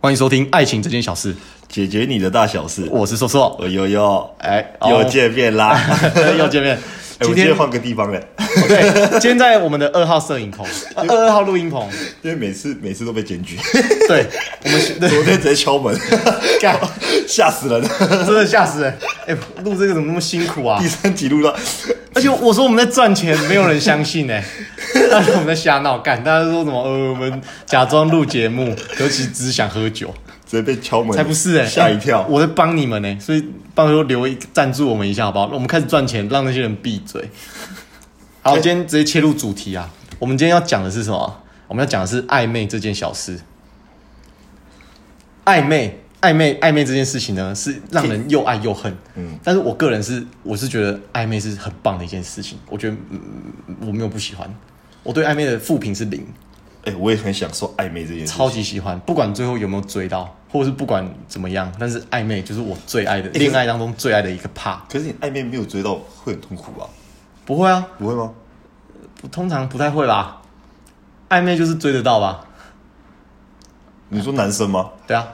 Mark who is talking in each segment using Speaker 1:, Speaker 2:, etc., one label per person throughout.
Speaker 1: 欢迎收听《爱情这件小事》，
Speaker 2: 解决你的大小事。哦
Speaker 1: 我是硕硕，
Speaker 2: 我悠悠，
Speaker 1: 哎
Speaker 2: 又见面啦！
Speaker 1: 又见面。
Speaker 2: 哎我
Speaker 1: 今
Speaker 2: 们今
Speaker 1: 天
Speaker 2: 天换个地方了，
Speaker 1: 对，今天在我们的二号摄影棚，呃二号录音棚，
Speaker 2: 因为每次每次都被 检举，
Speaker 1: 对我们是对
Speaker 2: 昨天直接敲门，
Speaker 1: 干
Speaker 2: 吓死人！
Speaker 1: 真的吓死人！哎，录这个怎么那么辛苦啊
Speaker 2: 第？三集录到，
Speaker 1: 而且我说我们在赚钱，没有人相信哎、大家我们在瞎闹干，大家都说什么呃我们假装录节目，尤其只是想喝酒，
Speaker 2: 直接被敲门，
Speaker 1: 才不是哎、
Speaker 2: 吓一
Speaker 1: 哎
Speaker 2: 跳！
Speaker 1: 我在帮你们呢、所以帮说留一赞助我们一下好不好？我们开始赚钱，让那些人闭嘴。好，今天直接切入主题啊！我们今天要讲的是什么？啊我们要讲的是暧昧这件小事。暧昧，暧昧，暧昧这件事情呢，是让人又爱又恨。嗯，但是我个人是，我是觉得暧昧是很棒的一件事情。我觉得、嗯、我没有不喜欢，我对暧昧的负评是零，
Speaker 2: 哎，我也很享受暧昧这件事情。
Speaker 1: 超级喜欢，不管最后有没有追到，或者是不管怎么样，但是暧昧就是我最爱的
Speaker 2: 是
Speaker 1: 恋爱当中最爱的一个 part。
Speaker 2: 可是你暧昧没有追到，会很痛苦啊？
Speaker 1: 不会啊，
Speaker 2: 不会吗？
Speaker 1: 不通常不太会吧？暧昧就是追得到吧？
Speaker 2: 你说男生吗？
Speaker 1: 对啊，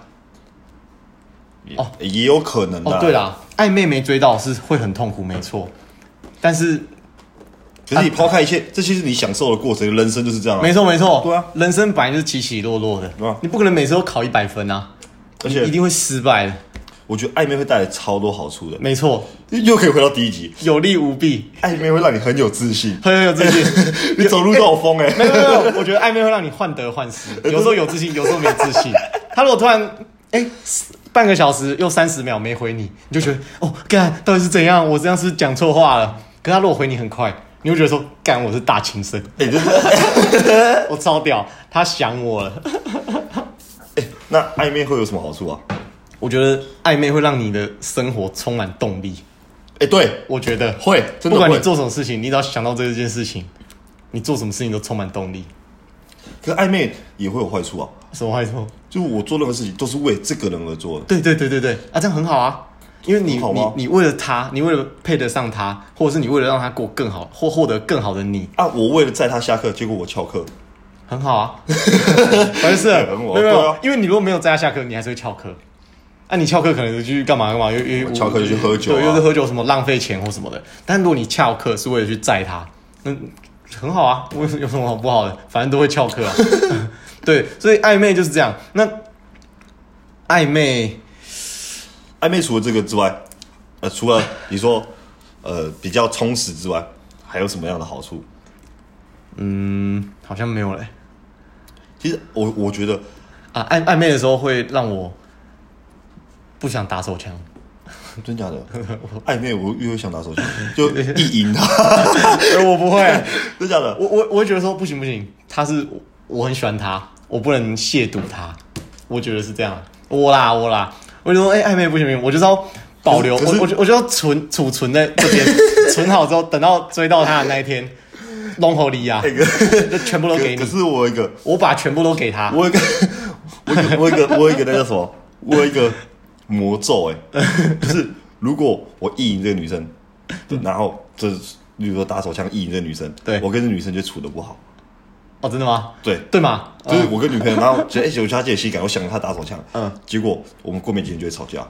Speaker 1: 哦
Speaker 2: 也也有可能啊
Speaker 1: 哦
Speaker 2: 的。
Speaker 1: 对，啦，暧昧没追到是会很痛苦，没错。但是
Speaker 2: 可是你抛开一切，这些是你享受的过程，人生就是这样啊。
Speaker 1: 啊没错没错，
Speaker 2: 对啊
Speaker 1: 人生本来就是起起落落的，
Speaker 2: 对啊
Speaker 1: 你不可能每次都考一百分啊，
Speaker 2: 而
Speaker 1: 你一
Speaker 2: 且
Speaker 1: 定会失败的。
Speaker 2: 我觉得暧昧会带来超多好处的，
Speaker 1: 没错，
Speaker 2: 又可以回到第一集，
Speaker 1: 有利无弊，
Speaker 2: 暧昧会让你很有自信，
Speaker 1: 很有自信。
Speaker 2: 你走路都有风哎、
Speaker 1: 没有没有，没有我觉得暧昧会让你患得患 失，有时候有自信，有时候没自信。他如果突然哎、半个小时又三十秒没回你，你就觉得哦，干到底是怎样？我这样是不是讲错话了。可是他如果回你很快，你会觉得说干我是大情圣，
Speaker 2: 哎、就是
Speaker 1: 我超屌，他想我了。
Speaker 2: 哎那暧昧会有什么好处啊？
Speaker 1: 我觉得暧昧会让你的生活充满动力。
Speaker 2: 哎、对，
Speaker 1: 我觉得
Speaker 2: 会真
Speaker 1: 不
Speaker 2: 的
Speaker 1: 管
Speaker 2: 会
Speaker 1: 你做什么事情，你只要想到这件事情，你做什么事情都充满动力。
Speaker 2: 可是暧昧也会有坏处啊，
Speaker 1: 什么坏处？
Speaker 2: 就是我做任何事情都是为这个人而做的，
Speaker 1: 对对对对对，啊，这样很好啊，因为你
Speaker 2: 很好
Speaker 1: 你
Speaker 2: 吗
Speaker 1: 你为了他，你为了配得上他，或者是你为了让他过更好，或获得更好的你，
Speaker 2: 啊，我为了载他下课，结果我翘课，
Speaker 1: 很好 啊，完事了，
Speaker 2: 很
Speaker 1: 没
Speaker 2: 好
Speaker 1: 有没
Speaker 2: 对
Speaker 1: 有
Speaker 2: 啊，
Speaker 1: 因为你如果没有在他下课，你还是会翘课。啊，你翘课可能就去干嘛干嘛，又又
Speaker 2: 翘课就去喝酒啊
Speaker 1: 对，又是喝酒什么浪费钱或什么的。但如果你翘课是为了去载他，那很好啊，我有什么好不好的？反正都会翘课 啊。对，所以暧昧就是这样。那暧昧
Speaker 2: 暧昧除了这个之外，呃，除了你说呃比较充实之外，还有什么样的好处？
Speaker 1: 好像没有嘞、
Speaker 2: 其实我我觉得
Speaker 1: 啊，暧暧昧的时候会让我不想打手枪，
Speaker 2: 真 假的暧昧，我越会想打手枪，就意淫他， 呃
Speaker 1: 而我不会，
Speaker 2: 真假的？
Speaker 1: 我我我会觉得说不行不行，他是我很喜欢他，我不能亵渎他，我觉得是这样，我啦我啦，我就说哎、暧昧不行不行，我就是要保留，
Speaker 2: 可是
Speaker 1: 我我就我就要存储存在这边， 存好之后等到追到他的那一天，龙头里啊，就全部都给
Speaker 2: 可可
Speaker 1: 你，
Speaker 2: 是我有一个
Speaker 1: 我把全部都给他，
Speaker 2: 我有一个， 我有一个我有一个，我有一个那叫什么？我有一个魔咒哎、就是如果我意淫这个女生，然后就是，例如说打手枪意淫这个女生，
Speaker 1: 对
Speaker 2: 我跟这女生就处的不好，
Speaker 1: 哦真的吗？
Speaker 2: 对，
Speaker 1: 对嘛，呃
Speaker 2: 就是我跟女朋友，然后 觉得哎，我觉得她这性感，我想着她打手枪，
Speaker 1: 嗯
Speaker 2: 嗯，结果我们过没几天就会吵架。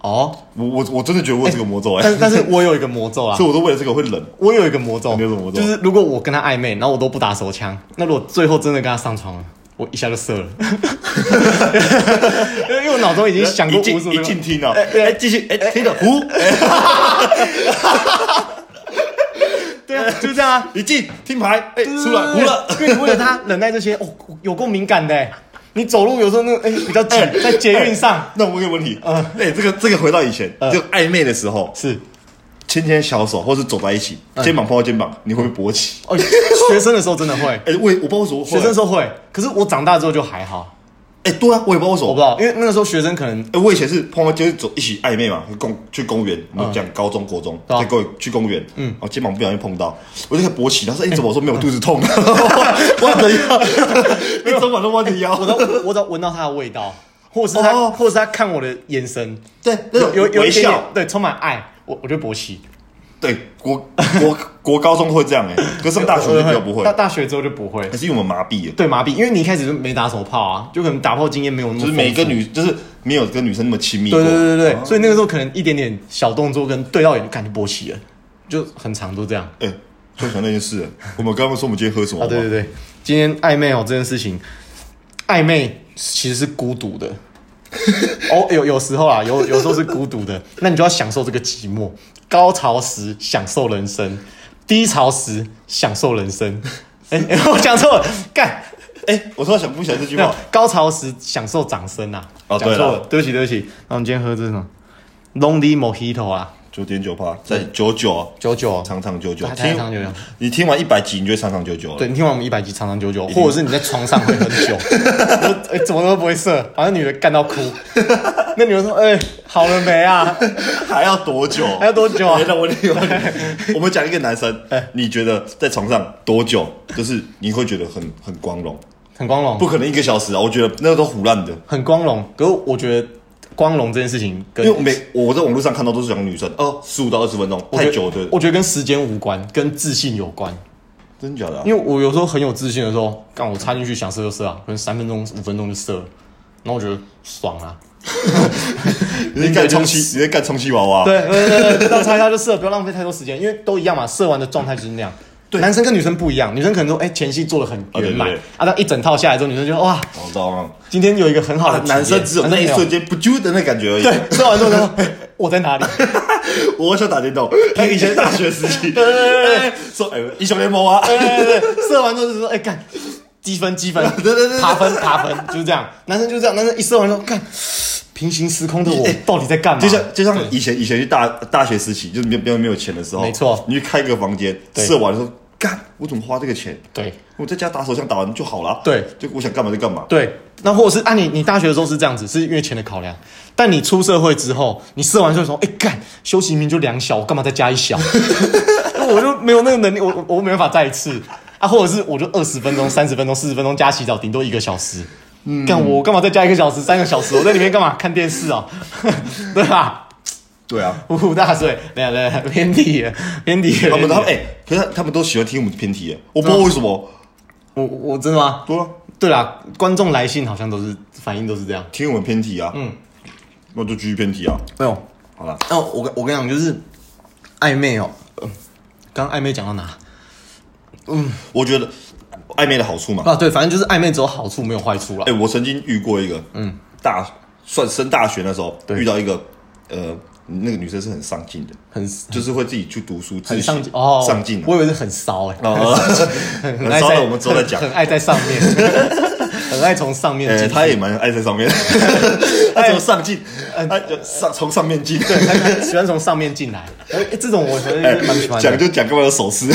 Speaker 1: 哦，
Speaker 2: 我我我真的觉得我有这个 魔咒哎、
Speaker 1: 但是但是我有一个魔咒 啊，
Speaker 2: 所以我都为了这个会 冷。
Speaker 1: 我有一个魔咒，
Speaker 2: 你有什么魔咒
Speaker 1: 就是如果我跟他暧昧，然后我都不打手枪，那如果最后真的跟他上床了，我一下就 射了，因为因为我脑中已经想过
Speaker 2: 一
Speaker 1: 无
Speaker 2: 进
Speaker 1: 数
Speaker 2: 一
Speaker 1: 遍
Speaker 2: 进听了，哎，继续哎，听了呼，
Speaker 1: 对啊，就这样啊，
Speaker 2: 一进听牌，哎，出来
Speaker 1: 对
Speaker 2: 呼了，，
Speaker 1: 对对对因为你为了他忍耐这些，哦，有够敏感的欸，你走路有时候那个哎比较紧，在捷运上
Speaker 2: 那我有个问题，
Speaker 1: 嗯
Speaker 2: 哎，这个这个回到以前，就暧昧的时候，
Speaker 1: 是
Speaker 2: 牵牵小手，或是走在一起，
Speaker 1: 嗯
Speaker 2: 肩膀碰到肩膀，你会不会勃起？
Speaker 1: 哦，学生的时候真的会，
Speaker 2: 哎、我也我不知道为什 么会
Speaker 1: 嗯学生的时候会，可是我长大之后就还好，
Speaker 2: 哎、对啊，我也不知道为什么。
Speaker 1: 我不知道，因为那个时候学生可能
Speaker 2: 哎、我以前是碰到就是走一起暧昧嘛，去公去公园，我们讲高中国中，
Speaker 1: 嗯对啊
Speaker 2: 在公园去公园，嗯，然后肩膀不小心碰到，我就开始勃起，他说：“哎、你怎么？”我说：“没有，我肚子痛。” 弯着 腰，一整晚都弯着腰。
Speaker 1: 我都我只要闻到他的味道，或者是他，
Speaker 2: 哦
Speaker 1: 或者是他看我的眼神，
Speaker 2: 对，那种
Speaker 1: 有有
Speaker 2: 微
Speaker 1: 一点点
Speaker 2: 笑，
Speaker 1: 对，充满爱，我我就勃起。
Speaker 2: 对，国国国高中会 这样哎、可是上大学就比较不会
Speaker 1: 大，大学之后就不会
Speaker 2: 可，是因为我们麻痹了，
Speaker 1: 对麻痹，因为你一开始就没打什么炮啊，就可能打炮经验没有那么
Speaker 2: 就是
Speaker 1: 丰富
Speaker 2: 每个哦女就是没有跟女生那么亲密过，
Speaker 1: 对对对对对，所以那个时候可能一点点小动作跟对到眼就感觉勃起了，就很长都这样。
Speaker 2: 哎、突然想那件事了，我们刚刚说我们今天喝什么
Speaker 1: 啊，
Speaker 2: 吗？
Speaker 1: 对对对，今天暧昧哦这件事情，暧昧其实是孤独 的。哦，有有时候啊，有有时候是孤独的，那你就要享受这个寂寞。高潮时享受人生，低潮时享受人 生。哎、哎我讲错了，干，哎、
Speaker 2: 我突然想不起来这句
Speaker 1: 没有
Speaker 2: 话，
Speaker 1: 高潮时享受掌声啊！
Speaker 2: 哦
Speaker 1: 讲
Speaker 2: 对
Speaker 1: 错
Speaker 2: 啦
Speaker 1: 了，对不起对不起。那我们今天喝的是什么？Lonely Mojito 啊，
Speaker 2: 九点九趴，在九九啊，
Speaker 1: 九九哦。
Speaker 2: 长长久久，
Speaker 1: 长
Speaker 2: 听
Speaker 1: 长久久
Speaker 2: 你听完一百集，你就会长长久久了。
Speaker 1: 对，你听完我们一百集长长久久，或者是你在床上会很 久，就哎怎么都不会射，把那女的干到哭。那女的说：“哎、好了没 啊？
Speaker 2: 还要多久？
Speaker 1: 还要多久啊
Speaker 2: 哎那我另外一个我们讲一个男生，你觉得在床上多久，就是你会觉得很很光荣？
Speaker 1: 很光荣
Speaker 2: 不，可能一个小时啊，我觉得那个都胡乱的，
Speaker 1: 很光荣。可是我觉得光荣这件事情跟
Speaker 2: 因为每我在网络上看到都是讲女生哦，十五到二十分钟，
Speaker 1: 我觉
Speaker 2: 太
Speaker 1: 得
Speaker 2: 久的，
Speaker 1: 我觉得跟时间无关，跟自信有关。
Speaker 2: 真假的啊？
Speaker 1: 因为我有时候很有自信的时候，干我插进去想射就射啊，可能三分钟五分钟就射了，然后我觉得爽啊。
Speaker 2: 你在干充
Speaker 1: 就是
Speaker 2: 气，你在干充气娃娃，
Speaker 1: 对对对对，让插一下就射，不要浪费太多时间，因为都一样嘛，射完的状态就是那样。对，男生跟女生不一样，女生可能说，哎、前戏做的很圆满，
Speaker 2: 啊对对对
Speaker 1: 啊，那一整套下来之后，女生就哇，
Speaker 2: 我知道吗？
Speaker 1: 今天有一个很好的体验、
Speaker 2: 啊男生只有那一瞬间不啾的那感觉而已。
Speaker 1: 男生没有，对， 射完之后他说，哎我在哪里？
Speaker 2: 我想打电动，以前大学时期，对
Speaker 1: 对
Speaker 2: 对，说哎，英雄联盟啊，
Speaker 1: 对对对对，射完之后就说，哎、干，积分积分，
Speaker 2: 对对对
Speaker 1: 爬分爬分，就是这样，男生就这样，男生一射完之后，干，平行时空的我到底在干嘛？
Speaker 2: 哎就像就像以前以前去大大学时期，就是没有没有没有钱的时候，
Speaker 1: 没错
Speaker 2: 你去开个房间，
Speaker 1: 对
Speaker 2: 射完说干，我怎么花这个钱？
Speaker 1: 对
Speaker 2: 我在家打手枪打完就好了。
Speaker 1: 对，
Speaker 2: 就我想干嘛就干嘛。
Speaker 1: 对，那或者是啊你，你大学的时候是这样子，是因为钱的考量。但你出社会之后，你射完之后说，哎、干，休息名就两小，我干嘛再加一小？ 我就没有那个能力，我我我没办法再一次啊，或者是我就二十分钟、三十分钟、四十分钟加洗澡，顶多一个小时。干我干嘛再加一个小时、三个小时？我在里面干嘛？看电视哦， 对吧？
Speaker 2: 对啊，
Speaker 1: 呼呼大睡，没有没有没有偏题了，偏题了。
Speaker 2: 他
Speaker 1: 偏题
Speaker 2: 们他
Speaker 1: 了
Speaker 2: 们哎，可是他们都喜欢听我们偏题耶，我不知道为什么。
Speaker 1: 我我真的吗？
Speaker 2: 对啊，
Speaker 1: 对啦，观众来信好像都是反应都是这样。
Speaker 2: 听我们偏题啊。嗯，那我就继续偏题啊。
Speaker 1: 没有，
Speaker 2: 好了，
Speaker 1: 那哦我跟我跟你讲，就是暧昧哦。呃刚刚暧昧讲到哪
Speaker 2: 我觉得暧昧的好处嘛，
Speaker 1: 啊？对，反正就是暧昧只有好处没有坏处啦
Speaker 2: 哎、。我曾经遇过一个，嗯，大算升大学那时候
Speaker 1: 对
Speaker 2: 遇到一个，呃，那个女生是很上进的，
Speaker 1: 很
Speaker 2: 就是会自己去读书，自
Speaker 1: 很
Speaker 2: 己
Speaker 1: 上进哦，
Speaker 2: 上进啊
Speaker 1: 我以为是很骚哎，
Speaker 2: 哦，
Speaker 1: 很
Speaker 2: 很
Speaker 1: 爱
Speaker 2: 骚
Speaker 1: 在
Speaker 2: 的，我们之后再讲
Speaker 1: 很。很爱在上 面，很爱从上面
Speaker 2: 呃，
Speaker 1: 进去。
Speaker 2: 他也蛮爱在上面，他怎么上 进？他就上从上面进。对，
Speaker 1: 他他喜欢从上面进来，哎，哎这种我觉得是蛮喜欢
Speaker 2: 讲
Speaker 1: 的。
Speaker 2: 就讲干嘛有手势？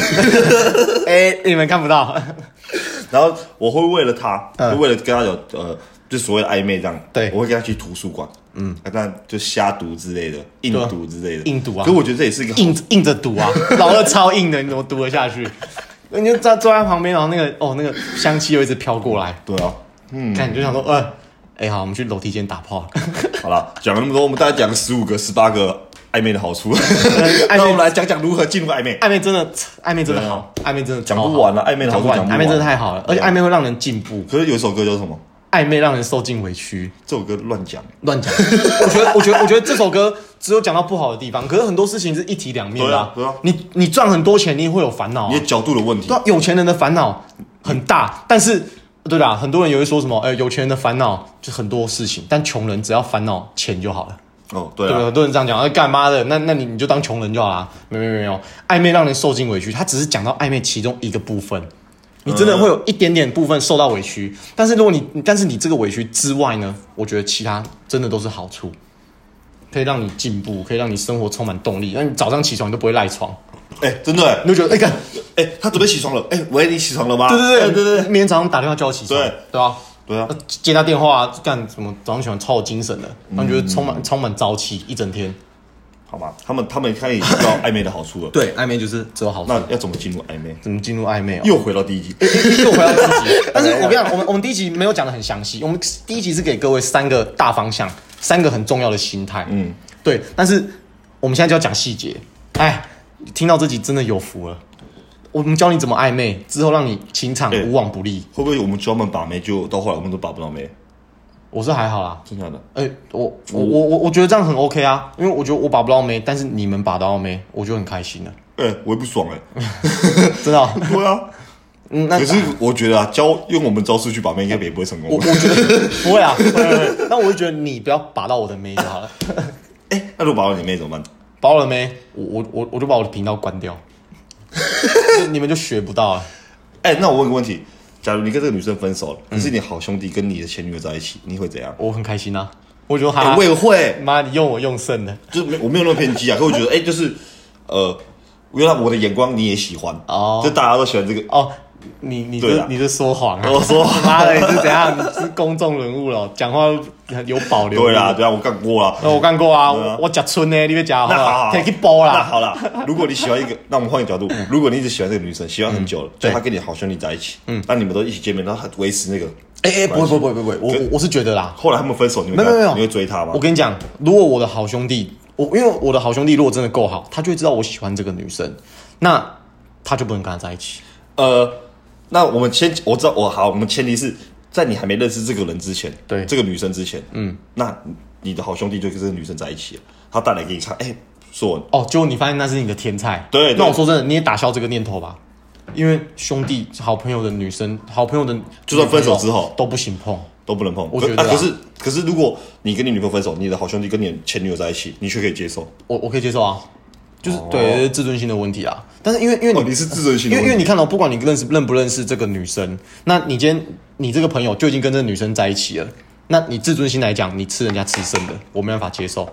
Speaker 1: 哎，你们看不到，
Speaker 2: 然后我会为了他，
Speaker 1: 嗯
Speaker 2: 就为了跟他有呃，就所谓的暧昧这样，
Speaker 1: 对
Speaker 2: 我会跟他去图书馆，嗯，但就瞎读之类的，硬读之类的，
Speaker 1: 硬读啊
Speaker 2: 可我觉得这也是一个好
Speaker 1: 硬硬着读啊，老二超硬的，你怎么读得下去？你就坐坐在旁边，然后那个哦，那个香气又一直飘过来，
Speaker 2: 对啊。
Speaker 1: 看你就想说，呃，哎好，我们去楼梯间打炮。
Speaker 2: 好了，讲了那么多，我们大概讲十五个、十八个暧昧的好处。
Speaker 1: 暧昧哦
Speaker 2: 那我们来讲讲如何进入暧昧。
Speaker 1: 暧昧真的，暧昧真的好，暧昧真的超好
Speaker 2: 啊讲不完了暧昧的好
Speaker 1: 讲
Speaker 2: 处
Speaker 1: 不完，
Speaker 2: 讲不
Speaker 1: 暧
Speaker 2: 完
Speaker 1: 昧真的太好了，而且
Speaker 2: 对啊
Speaker 1: 暧昧会让人进步，
Speaker 2: 可是有一首歌叫什么？
Speaker 1: 暧昧让人受尽委屈。
Speaker 2: 这首歌乱讲，
Speaker 1: 乱讲， 我觉得，我觉得，我觉得这首歌只有讲到不好的地方，可是很多事情是一体两面的、
Speaker 2: 对啊
Speaker 1: 你你赚很多钱，你也会有烦恼、啊
Speaker 2: 你。的角度的问题
Speaker 1: 对、。啊，有钱人的烦恼很大，但是对啦，很多人也会说什么，呃，有钱人的烦恼就很多事情，但穷人只要烦恼钱就好了。
Speaker 2: 哦，对
Speaker 1: 对
Speaker 2: 啊，
Speaker 1: 很多人这样讲，啊，干妈的，那那你你就当穷人就好啦。没有没有没有，暧昧让人受尽委屈，他只是讲到暧昧其中一个部分，你真的会有一点点部分受到委屈，但是如果你但是你这个委屈之外呢，我觉得其他真的都是好处，可以让你进步，可以让你生活充满动力，让你早上起床你都不会赖床，
Speaker 2: 哎，真的哎
Speaker 1: 你就觉得哎干，
Speaker 2: 哎，他准备起床了。哎，喂，你起床了吗？
Speaker 1: 对对对
Speaker 2: 对对
Speaker 1: 对，明天早上打电话叫我起床，
Speaker 2: 对
Speaker 1: 对啊。
Speaker 2: 对啊
Speaker 1: 呃！接他电话干什么？早上起床超有精神的，让你觉得充满充满朝气，一整天。
Speaker 2: 好吧，他们他们开始知道暧昧的好处了。
Speaker 1: 对，暧昧就是只有好处
Speaker 2: 那。要怎么进入暧昧？
Speaker 1: 怎么进入暧昧哦？
Speaker 2: 又回到第一集，哎
Speaker 1: 又回到第一 集。但是我跟你讲，我们我们第一集没有讲的很详细，我们第一集是给各位三个大方向，三个很重要的心态。嗯，对。但是我们现在就要讲细节。哎，听到这集真的有福了。我们教你怎么暧昧，之后让你情场
Speaker 2: 哎
Speaker 1: 无往不利。
Speaker 2: 会不会我们专门把妹，就到后来我们都把不到妹？
Speaker 1: 我是还好啦，
Speaker 2: 真的假的？
Speaker 1: 哎、我我我我我觉得这样很 OK 啊，因为我觉得我把不到妹，但是你们把到妹，我就很开心了，
Speaker 2: 哎、我也不爽哎、
Speaker 1: 真 的啊、
Speaker 2: 对啊，
Speaker 1: 嗯，那
Speaker 2: 可是我觉得啊，教用我们招式去把妹，应该也不会成
Speaker 1: 我
Speaker 2: 功
Speaker 1: 我。觉得不会啊，不会不会不会那我就觉得你不要把到我的妹就好了，
Speaker 2: 哎、那如果把到你妹怎么办？
Speaker 1: 把我的妹，我我我我就把我的频道关掉， 就你们就学不到了。啊
Speaker 2: 哎、那我问个问题：假如你跟这个女生分手了，可是你好兄弟跟你的前女友在一起，你会怎样？
Speaker 1: 我很开心啊，我觉得
Speaker 2: 哎、
Speaker 1: 哈
Speaker 2: 我，也会，
Speaker 1: 妈、你用我用剩的
Speaker 2: 就是没我没有那么偏激啊，可我觉得哎、就是呃，原来我的眼光你也喜欢
Speaker 1: 哦
Speaker 2: 就大家都喜欢这个。
Speaker 1: 哦，你你
Speaker 2: 对
Speaker 1: 这
Speaker 2: 啊
Speaker 1: 你这说谎啊！
Speaker 2: 我说谎
Speaker 1: 妈的，你是怎样？你是公众人物了，讲话有保留。
Speaker 2: 对啦，，对啊，我干过啦。
Speaker 1: 那我干过啊，
Speaker 2: 对啊
Speaker 1: 我我假春呢，你别假好
Speaker 2: 那好好
Speaker 1: 了，可以去包
Speaker 2: 那
Speaker 1: 啦。
Speaker 2: 好啦，如果你喜欢一个，那我们换一个角度，如果你一直喜欢这个女生，喜欢很久了，就
Speaker 1: 对
Speaker 2: 她跟你好兄弟在一起，嗯，那你们都一起见面，然后她维持那个，
Speaker 1: 哎哎，不会不会不会不会，我我我是觉得啦，
Speaker 2: 后来他们分手，你
Speaker 1: 没
Speaker 2: 们
Speaker 1: 有
Speaker 2: 会
Speaker 1: 没有
Speaker 2: 啊你会追她吗
Speaker 1: 我？跟你讲，如果我的好兄弟，我因为我的好兄弟如果真的够好，他就会知道我喜欢这个女生，那他就不能跟她在一起。
Speaker 2: 呃，那我们先，我知道，我好，我们前提是在你还没认识这个人之前，
Speaker 1: 对
Speaker 2: 这个女生之前，嗯，那你的好兄弟就跟这个女生在一起了，他带来给你看，哎，说
Speaker 1: 哦，结果你发现那是你的天菜，
Speaker 2: 对对
Speaker 1: 那我说真的，你也打消这个念头吧，因为兄弟、好朋友的女生、好朋友的，
Speaker 2: 就算分手之后
Speaker 1: 都不行碰。
Speaker 2: 都不能碰，
Speaker 1: 我
Speaker 2: 可
Speaker 1: 觉得啊
Speaker 2: 可是可是如果你跟你女朋友分手，你的好兄弟跟你的前女友在一起，你却可以接受，
Speaker 1: 我我可以接受啊，就是、
Speaker 2: 哦
Speaker 1: 对自尊心的问题啊。但是因为因为你、
Speaker 2: 哦，你是自尊心
Speaker 1: 因
Speaker 2: 的
Speaker 1: 为因为
Speaker 2: 问题，
Speaker 1: 你看哦到、不管你认识认不认识这个女生，那你今天你这个朋友就已经跟这个女生在一起了，那你自尊心来讲，你吃人家吃剩的，我没办法接受。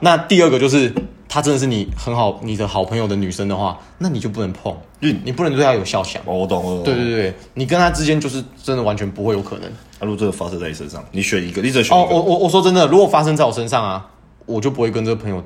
Speaker 1: 那第二个就是，她真的是你很好你的好朋友的女生的话，那你就不能碰，
Speaker 2: 因为你
Speaker 1: 你不能对她有笑想。
Speaker 2: 哦，我懂，我懂，
Speaker 1: 对对对，你跟她之间就是真的完全不会有可能。
Speaker 2: 那啊如果这个发生在你身上，你选一个，你只能选
Speaker 1: 哦
Speaker 2: 一，个。
Speaker 1: 我我我说真的，如果发生在我身上啊，我就不会跟这个朋友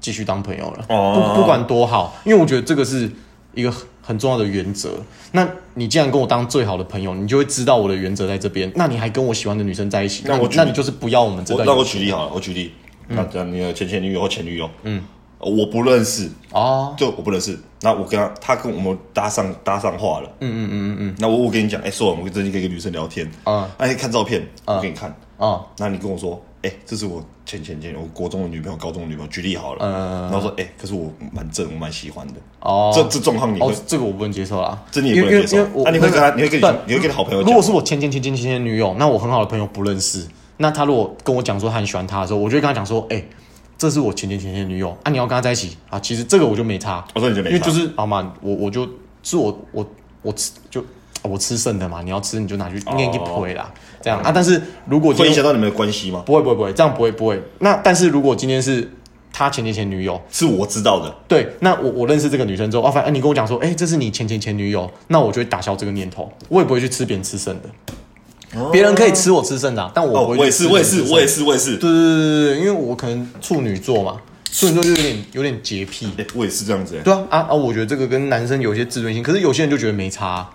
Speaker 1: 继续当朋友了。
Speaker 2: 哦
Speaker 1: 不不管多好，因为我觉得这个是一个很很重要的原则。那你既然跟我当最好的朋友，你就会知道我的原则在这边。那你还跟我喜欢的女生在一起，
Speaker 2: 那
Speaker 1: 那
Speaker 2: 我
Speaker 1: 你
Speaker 2: 举
Speaker 1: 那你就是不要我们这
Speaker 2: 我
Speaker 1: 段
Speaker 2: 那
Speaker 1: 友
Speaker 2: 我
Speaker 1: 情
Speaker 2: 举例好了，我举例，
Speaker 1: 嗯
Speaker 2: 那那你的前前女友或前女友，嗯，我不认识，
Speaker 1: 哦。
Speaker 2: 就我不认识，那我跟他，他跟我们搭上搭上话了，嗯嗯嗯嗯嗯，那我我跟你讲，哎、说我们最近跟一个女生聊天，
Speaker 1: 嗯
Speaker 2: 啊，哎，看照片，我给你看，
Speaker 1: 哦，
Speaker 2: 那你跟我说，哎、这是我前前前我国中的女朋友，高中的女朋友，举例好了，
Speaker 1: 嗯
Speaker 2: 然后说，哎、可是我蛮正，我蛮喜欢的，
Speaker 1: 哦
Speaker 2: 这这状况你会
Speaker 1: 哦，，这个我不能接受啦，
Speaker 2: 这你也不能接
Speaker 1: 因为因为
Speaker 2: 受，
Speaker 1: 我
Speaker 2: 那、你会跟他，你会跟你
Speaker 1: 但
Speaker 2: 你会跟你好朋友
Speaker 1: 如
Speaker 2: 讲
Speaker 1: 果，是我前前前前前前女友，那我很好的朋友不认识，那他如果跟我讲说他很喜欢她的时候，我就会跟他讲说，哎、这是我前前前前女友啊，你要跟她在一起啊。其实这个我就没差，
Speaker 2: 我哦说你就没
Speaker 1: 因为
Speaker 2: 差
Speaker 1: 就是好嘛，我我就是我我我吃就我吃剩的嘛，你要吃你就拿去念一赔啦，这样啊。但是如果今
Speaker 2: 哦会影
Speaker 1: 天
Speaker 2: 响到你们的关系吗？
Speaker 1: 不会不会不会，这样不会不会。那但是如果今天是他前前前女友，
Speaker 2: 是我知道的，
Speaker 1: 对，那我我认识这个女生之后，哦，反正你跟我讲说，哎、这是你前前前女友，那我就会打消这个念头，我也不会去吃别人吃剩的。别人可以吃我吃剩的啊、但我
Speaker 2: 哦，
Speaker 1: 不会、
Speaker 2: 我也是，我也是，我也
Speaker 1: 是。
Speaker 2: 是，我也是，
Speaker 1: 对对对对对，因为我可能处女座嘛，处女座就有点有点洁癖。
Speaker 2: 哎、我也是这样子、哎
Speaker 1: 对啊啊啊！我觉得这个跟男生有一些自尊心，可是有些人就觉得没差啊、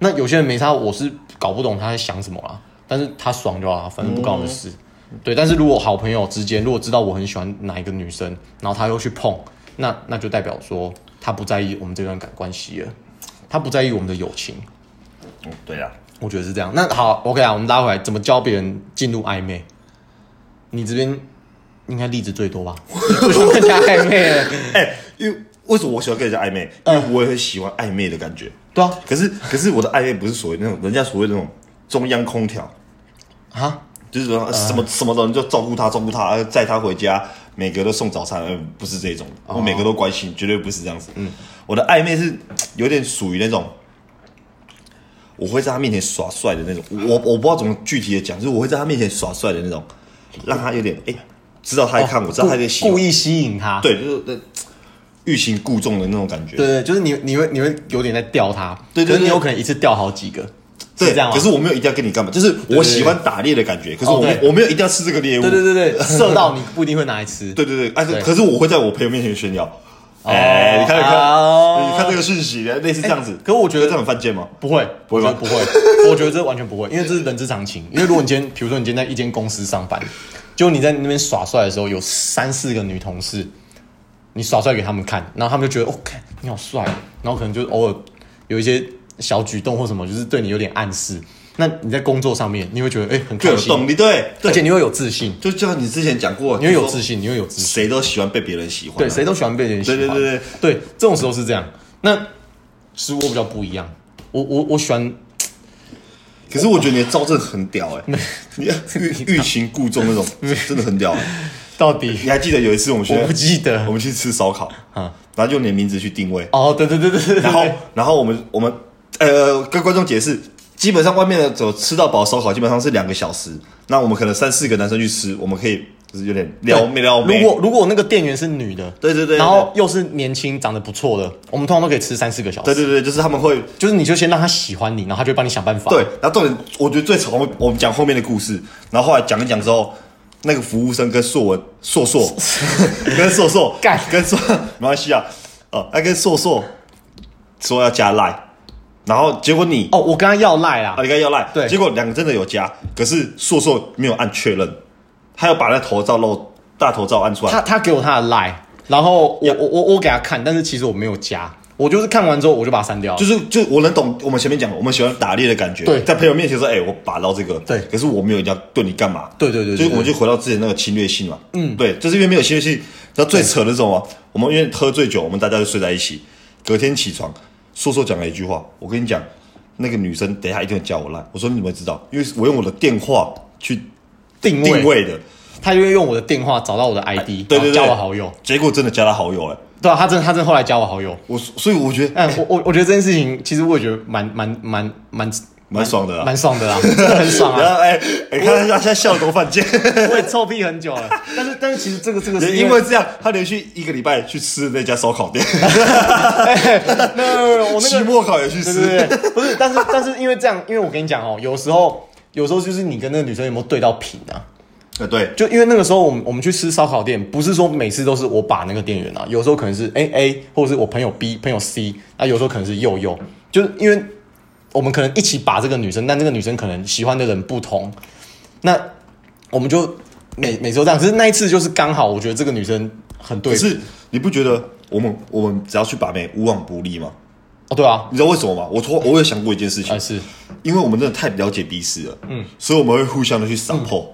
Speaker 1: 那有些人没差，我是搞不懂他在想什么啦。但是他爽就好啦，反正不关我的事。对，但是如果好朋友之间，如果知道我很喜欢哪一个女生，然后他又去碰，那那就代表说他不在意我们这段感关系了，他不在意我们的友情。
Speaker 2: 嗯对呀、
Speaker 1: 我觉得是这样。那好，OK 啊，我们拉回来，怎么教别人进入暧昧？你这边应该例子最多吧？你不想跟人家暧昧了？
Speaker 2: 哎、因为为什么我喜欢跟人家暧昧？因为我也很喜欢暧昧的感觉。
Speaker 1: 对啊，
Speaker 2: 可是，可是我的暧昧不是所谓那种人家所谓那种中央空调，
Speaker 1: 啊，
Speaker 2: 就是说呃什么、什么人就照顾他，照顾他，呃载他回家，每个都送早餐，呃，不是这种，
Speaker 1: 哦
Speaker 2: 我每个都关心，绝对不是这样子。嗯，我的暧昧是有点属于那种，我会在他面前耍帅的那种，我我不知道怎么具体的讲，就是我会在他面前耍帅的那种，让他有点哎、知道他在看我，知道他在喜
Speaker 1: 哦故
Speaker 2: 欢
Speaker 1: 故，意吸引他。
Speaker 2: 对，就是呃欲擒故纵的那种感觉。
Speaker 1: 对对，就是你你会你会有点在钓他，
Speaker 2: 对对
Speaker 1: 可是你
Speaker 2: 对
Speaker 1: 有可能一次钓好几个，
Speaker 2: 对，
Speaker 1: 是这样吗？
Speaker 2: 可是我没有一定要跟你干嘛，就是我喜欢打猎的感觉，可是我没
Speaker 1: 哦对
Speaker 2: 我没有一定要吃这个猎物。
Speaker 1: 对对对 对，射到你不一定会拿来吃。
Speaker 2: 对对对，哎，
Speaker 1: 对
Speaker 2: 可是我会在我朋友面前炫耀。哎，你看你看
Speaker 1: 哦，哎
Speaker 2: 你看这个讯息，哎类似这样子。
Speaker 1: 可我觉得
Speaker 2: 这很犯贱吗？
Speaker 1: 不会，
Speaker 2: 不会
Speaker 1: 我觉得
Speaker 2: 吗
Speaker 1: 不会，我觉得这完全不会，因为这是人之常情。因为如果你今天，比如说你今天在一间公司上班，就你在那边耍帅的时候，有三四个女同事，你耍帅给他们看，然后他们就觉得哦，看你好帅，然后可能就偶尔有一些小举动或什么，就是对你有点暗示。那你在工作上面，你会觉得哎、很
Speaker 2: 就
Speaker 1: 开
Speaker 2: 有
Speaker 1: 心，
Speaker 2: 动力，对，
Speaker 1: 而
Speaker 2: 对，
Speaker 1: 且你会有自信，
Speaker 2: 就就像你之前讲过，
Speaker 1: 你会有
Speaker 2: 就
Speaker 1: 自
Speaker 2: 是说，
Speaker 1: 信，你会有自信。
Speaker 2: 谁都喜欢被别人喜欢啊，
Speaker 1: 对，谁都喜欢被人喜欢。
Speaker 2: 对对对
Speaker 1: 对，这种时候是这样。那其实我比较不一样，我我我喜欢
Speaker 2: 可是我觉得你的招真的很屌 哎、你欲欲擒故纵那种，真的很屌哎、
Speaker 1: 到底
Speaker 2: 你还记得有一次我们去，
Speaker 1: 我不记
Speaker 2: 我
Speaker 1: 得
Speaker 2: 们去吃烧烤，
Speaker 1: 啊。
Speaker 2: 然后就用你的名字去定位，
Speaker 1: 哦，对对对对对。
Speaker 2: 然后然后我们我们呃跟观众解释，基本上外面的走吃到饱烧烤基本上是两个小时，那我们可能三四个男生去吃，我们可以就是有点撩妹撩
Speaker 1: 如
Speaker 2: 妹，
Speaker 1: 果如果那个店员是女的，
Speaker 2: 对对对对
Speaker 1: 然后又是年轻长得不错的，我们通常都可以吃三四个小时。
Speaker 2: 对对对，就是他们会
Speaker 1: 就是你就先让他喜欢你，然后他就会帮你想办法。
Speaker 2: 对，然后重点，我觉得最吵，我们讲后面的故事，然后后来讲一讲之后，那个服务生跟硕文、硕硕、跟硕硕
Speaker 1: 干
Speaker 2: 跟硕没关系啊，哦，他跟硕硕说要加赖，然后结果你
Speaker 1: 哦，我跟他要赖啦
Speaker 2: 啊，，你该要赖，
Speaker 1: 对
Speaker 2: 结果两个真的有加，可是硕硕没有按确认，他要把那头照露大头照按出来，
Speaker 1: 他他给我他的赖，然后我我我我给他看，但是其实我没有加，我就是看完之后我就把它删掉了。
Speaker 2: 就是就我能懂，我们前面讲，我们喜欢打猎的感觉，
Speaker 1: 对
Speaker 2: 在朋友面前说，哎、我把到这个，
Speaker 1: 对
Speaker 2: 可是我没有一定要对你干嘛，
Speaker 1: 对对对对
Speaker 2: 就是我们
Speaker 1: 对
Speaker 2: 就回到之前那个侵略性嘛，嗯，对，就是因为没有侵略性，然后最扯的是什么？我们因为喝醉酒，我们大家就睡在一起，隔天起床，硕硕讲了一句话，我跟你讲，那个女生等一下一定会加我烂，我说你怎么会知道？因为我用我的电话去
Speaker 1: 定位，
Speaker 2: 定位的，
Speaker 1: 他就会用我的电话找到我的 ID，
Speaker 2: 哎对对对
Speaker 1: 然后加我好友。
Speaker 2: 结果真的加了好友、哎，
Speaker 1: 对啊，他真的他真的后来加我好友。
Speaker 2: 我所以我觉得
Speaker 1: 嗯，我我我觉得这件事情其实我也觉得蛮蛮蛮蛮
Speaker 2: 蛮爽的啦。
Speaker 1: 蛮爽的 啦，真的很爽
Speaker 2: 然
Speaker 1: 啊！
Speaker 2: 后哎哎，看他现在笑得多犯贱。
Speaker 1: 我也臭屁很久了，但是但是其实这个这个 是
Speaker 2: 啊也因为这样，他连续一个礼拜去吃那家烧烤店，
Speaker 1: 哎没有没有没有 我那
Speaker 2: 期
Speaker 1: 个
Speaker 2: 末考也去
Speaker 1: 对
Speaker 2: 吃。
Speaker 1: 对对，不是，但是但是因为这样，因为我跟你讲哦，有时候有时候就是你跟那个女生有没有对到频啊？
Speaker 2: 呃，对，
Speaker 1: 就因为那个时候我们我们去吃烧烤店，不是说每次都是我把那个店员啊，有时候可能是 A A 或者是我朋友 B 朋友 C，那有时候可能是佑佑，就是因为我们可能一起把这个女生，但这个女生可能喜欢的人不同，那我们就每每周这样，只是那一次就是刚好，我觉得这个女生很对，
Speaker 2: 可是你不觉得我们我们只要去把妹无往不利吗？
Speaker 1: 哦对啊，
Speaker 2: 你知道为什么吗？我突我有想过一件事情
Speaker 1: 啊，是
Speaker 2: 因为我们真的太了解彼此了，嗯，所以我们会互相的去 support，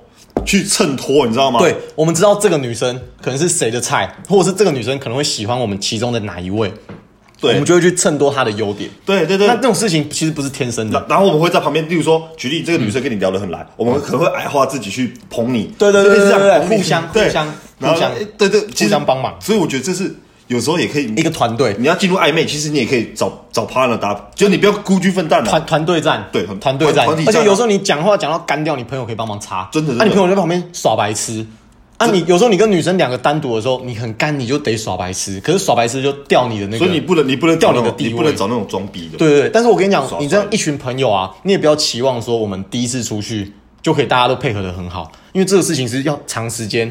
Speaker 2: 去衬托，你知道吗？
Speaker 1: 嗯对，我们知道这个女生可能是谁的菜，或者是这个女生可能会喜欢我们其中的哪一位，我
Speaker 2: 对
Speaker 1: 们就会去衬托她的优点。
Speaker 2: 对对
Speaker 1: 那
Speaker 2: 对
Speaker 1: 这。种事情其实不是天生的
Speaker 2: 然，然后我们会在旁边，例如说，举例，这个女生跟你聊得很来，我们可能会矮化自己去捧你，
Speaker 1: 对对对
Speaker 2: 就是这
Speaker 1: 对对对
Speaker 2: 样捧你
Speaker 1: 互相
Speaker 2: 对
Speaker 1: 互相
Speaker 2: 然后
Speaker 1: 互相
Speaker 2: 哎对对，互
Speaker 1: 互相帮忙
Speaker 2: 所以我觉得这是有时候也可以
Speaker 1: 一个团队
Speaker 2: 你要进入暧昧，其实你也可以找找 partner 搭，就你不要孤军奋战啊的、
Speaker 1: 团团队战，
Speaker 2: 对团
Speaker 1: 团队战，
Speaker 2: 团体
Speaker 1: 而
Speaker 2: 战啊
Speaker 1: 且有时候你讲话讲到干掉，你朋友可以帮忙插，
Speaker 2: 真的真
Speaker 1: 那、
Speaker 2: 的
Speaker 1: 你朋友在旁边耍白痴，啊，你有时候你跟女生两个单独的时候，你很干，你就得耍白痴，可是耍白痴就掉你的那个，
Speaker 2: 所以你不能你不能
Speaker 1: 掉
Speaker 2: 找
Speaker 1: 你
Speaker 2: 那
Speaker 1: 的
Speaker 2: 种
Speaker 1: 地
Speaker 2: 你
Speaker 1: 位
Speaker 2: 不能找那种装逼的。
Speaker 1: 对对对，但是我跟你讲，
Speaker 2: 耍
Speaker 1: 你这样
Speaker 2: 帅
Speaker 1: 一群朋友啊，你也不要期望说我们第一次出去就可以大家都配合的很好，因为这个事情是要长时间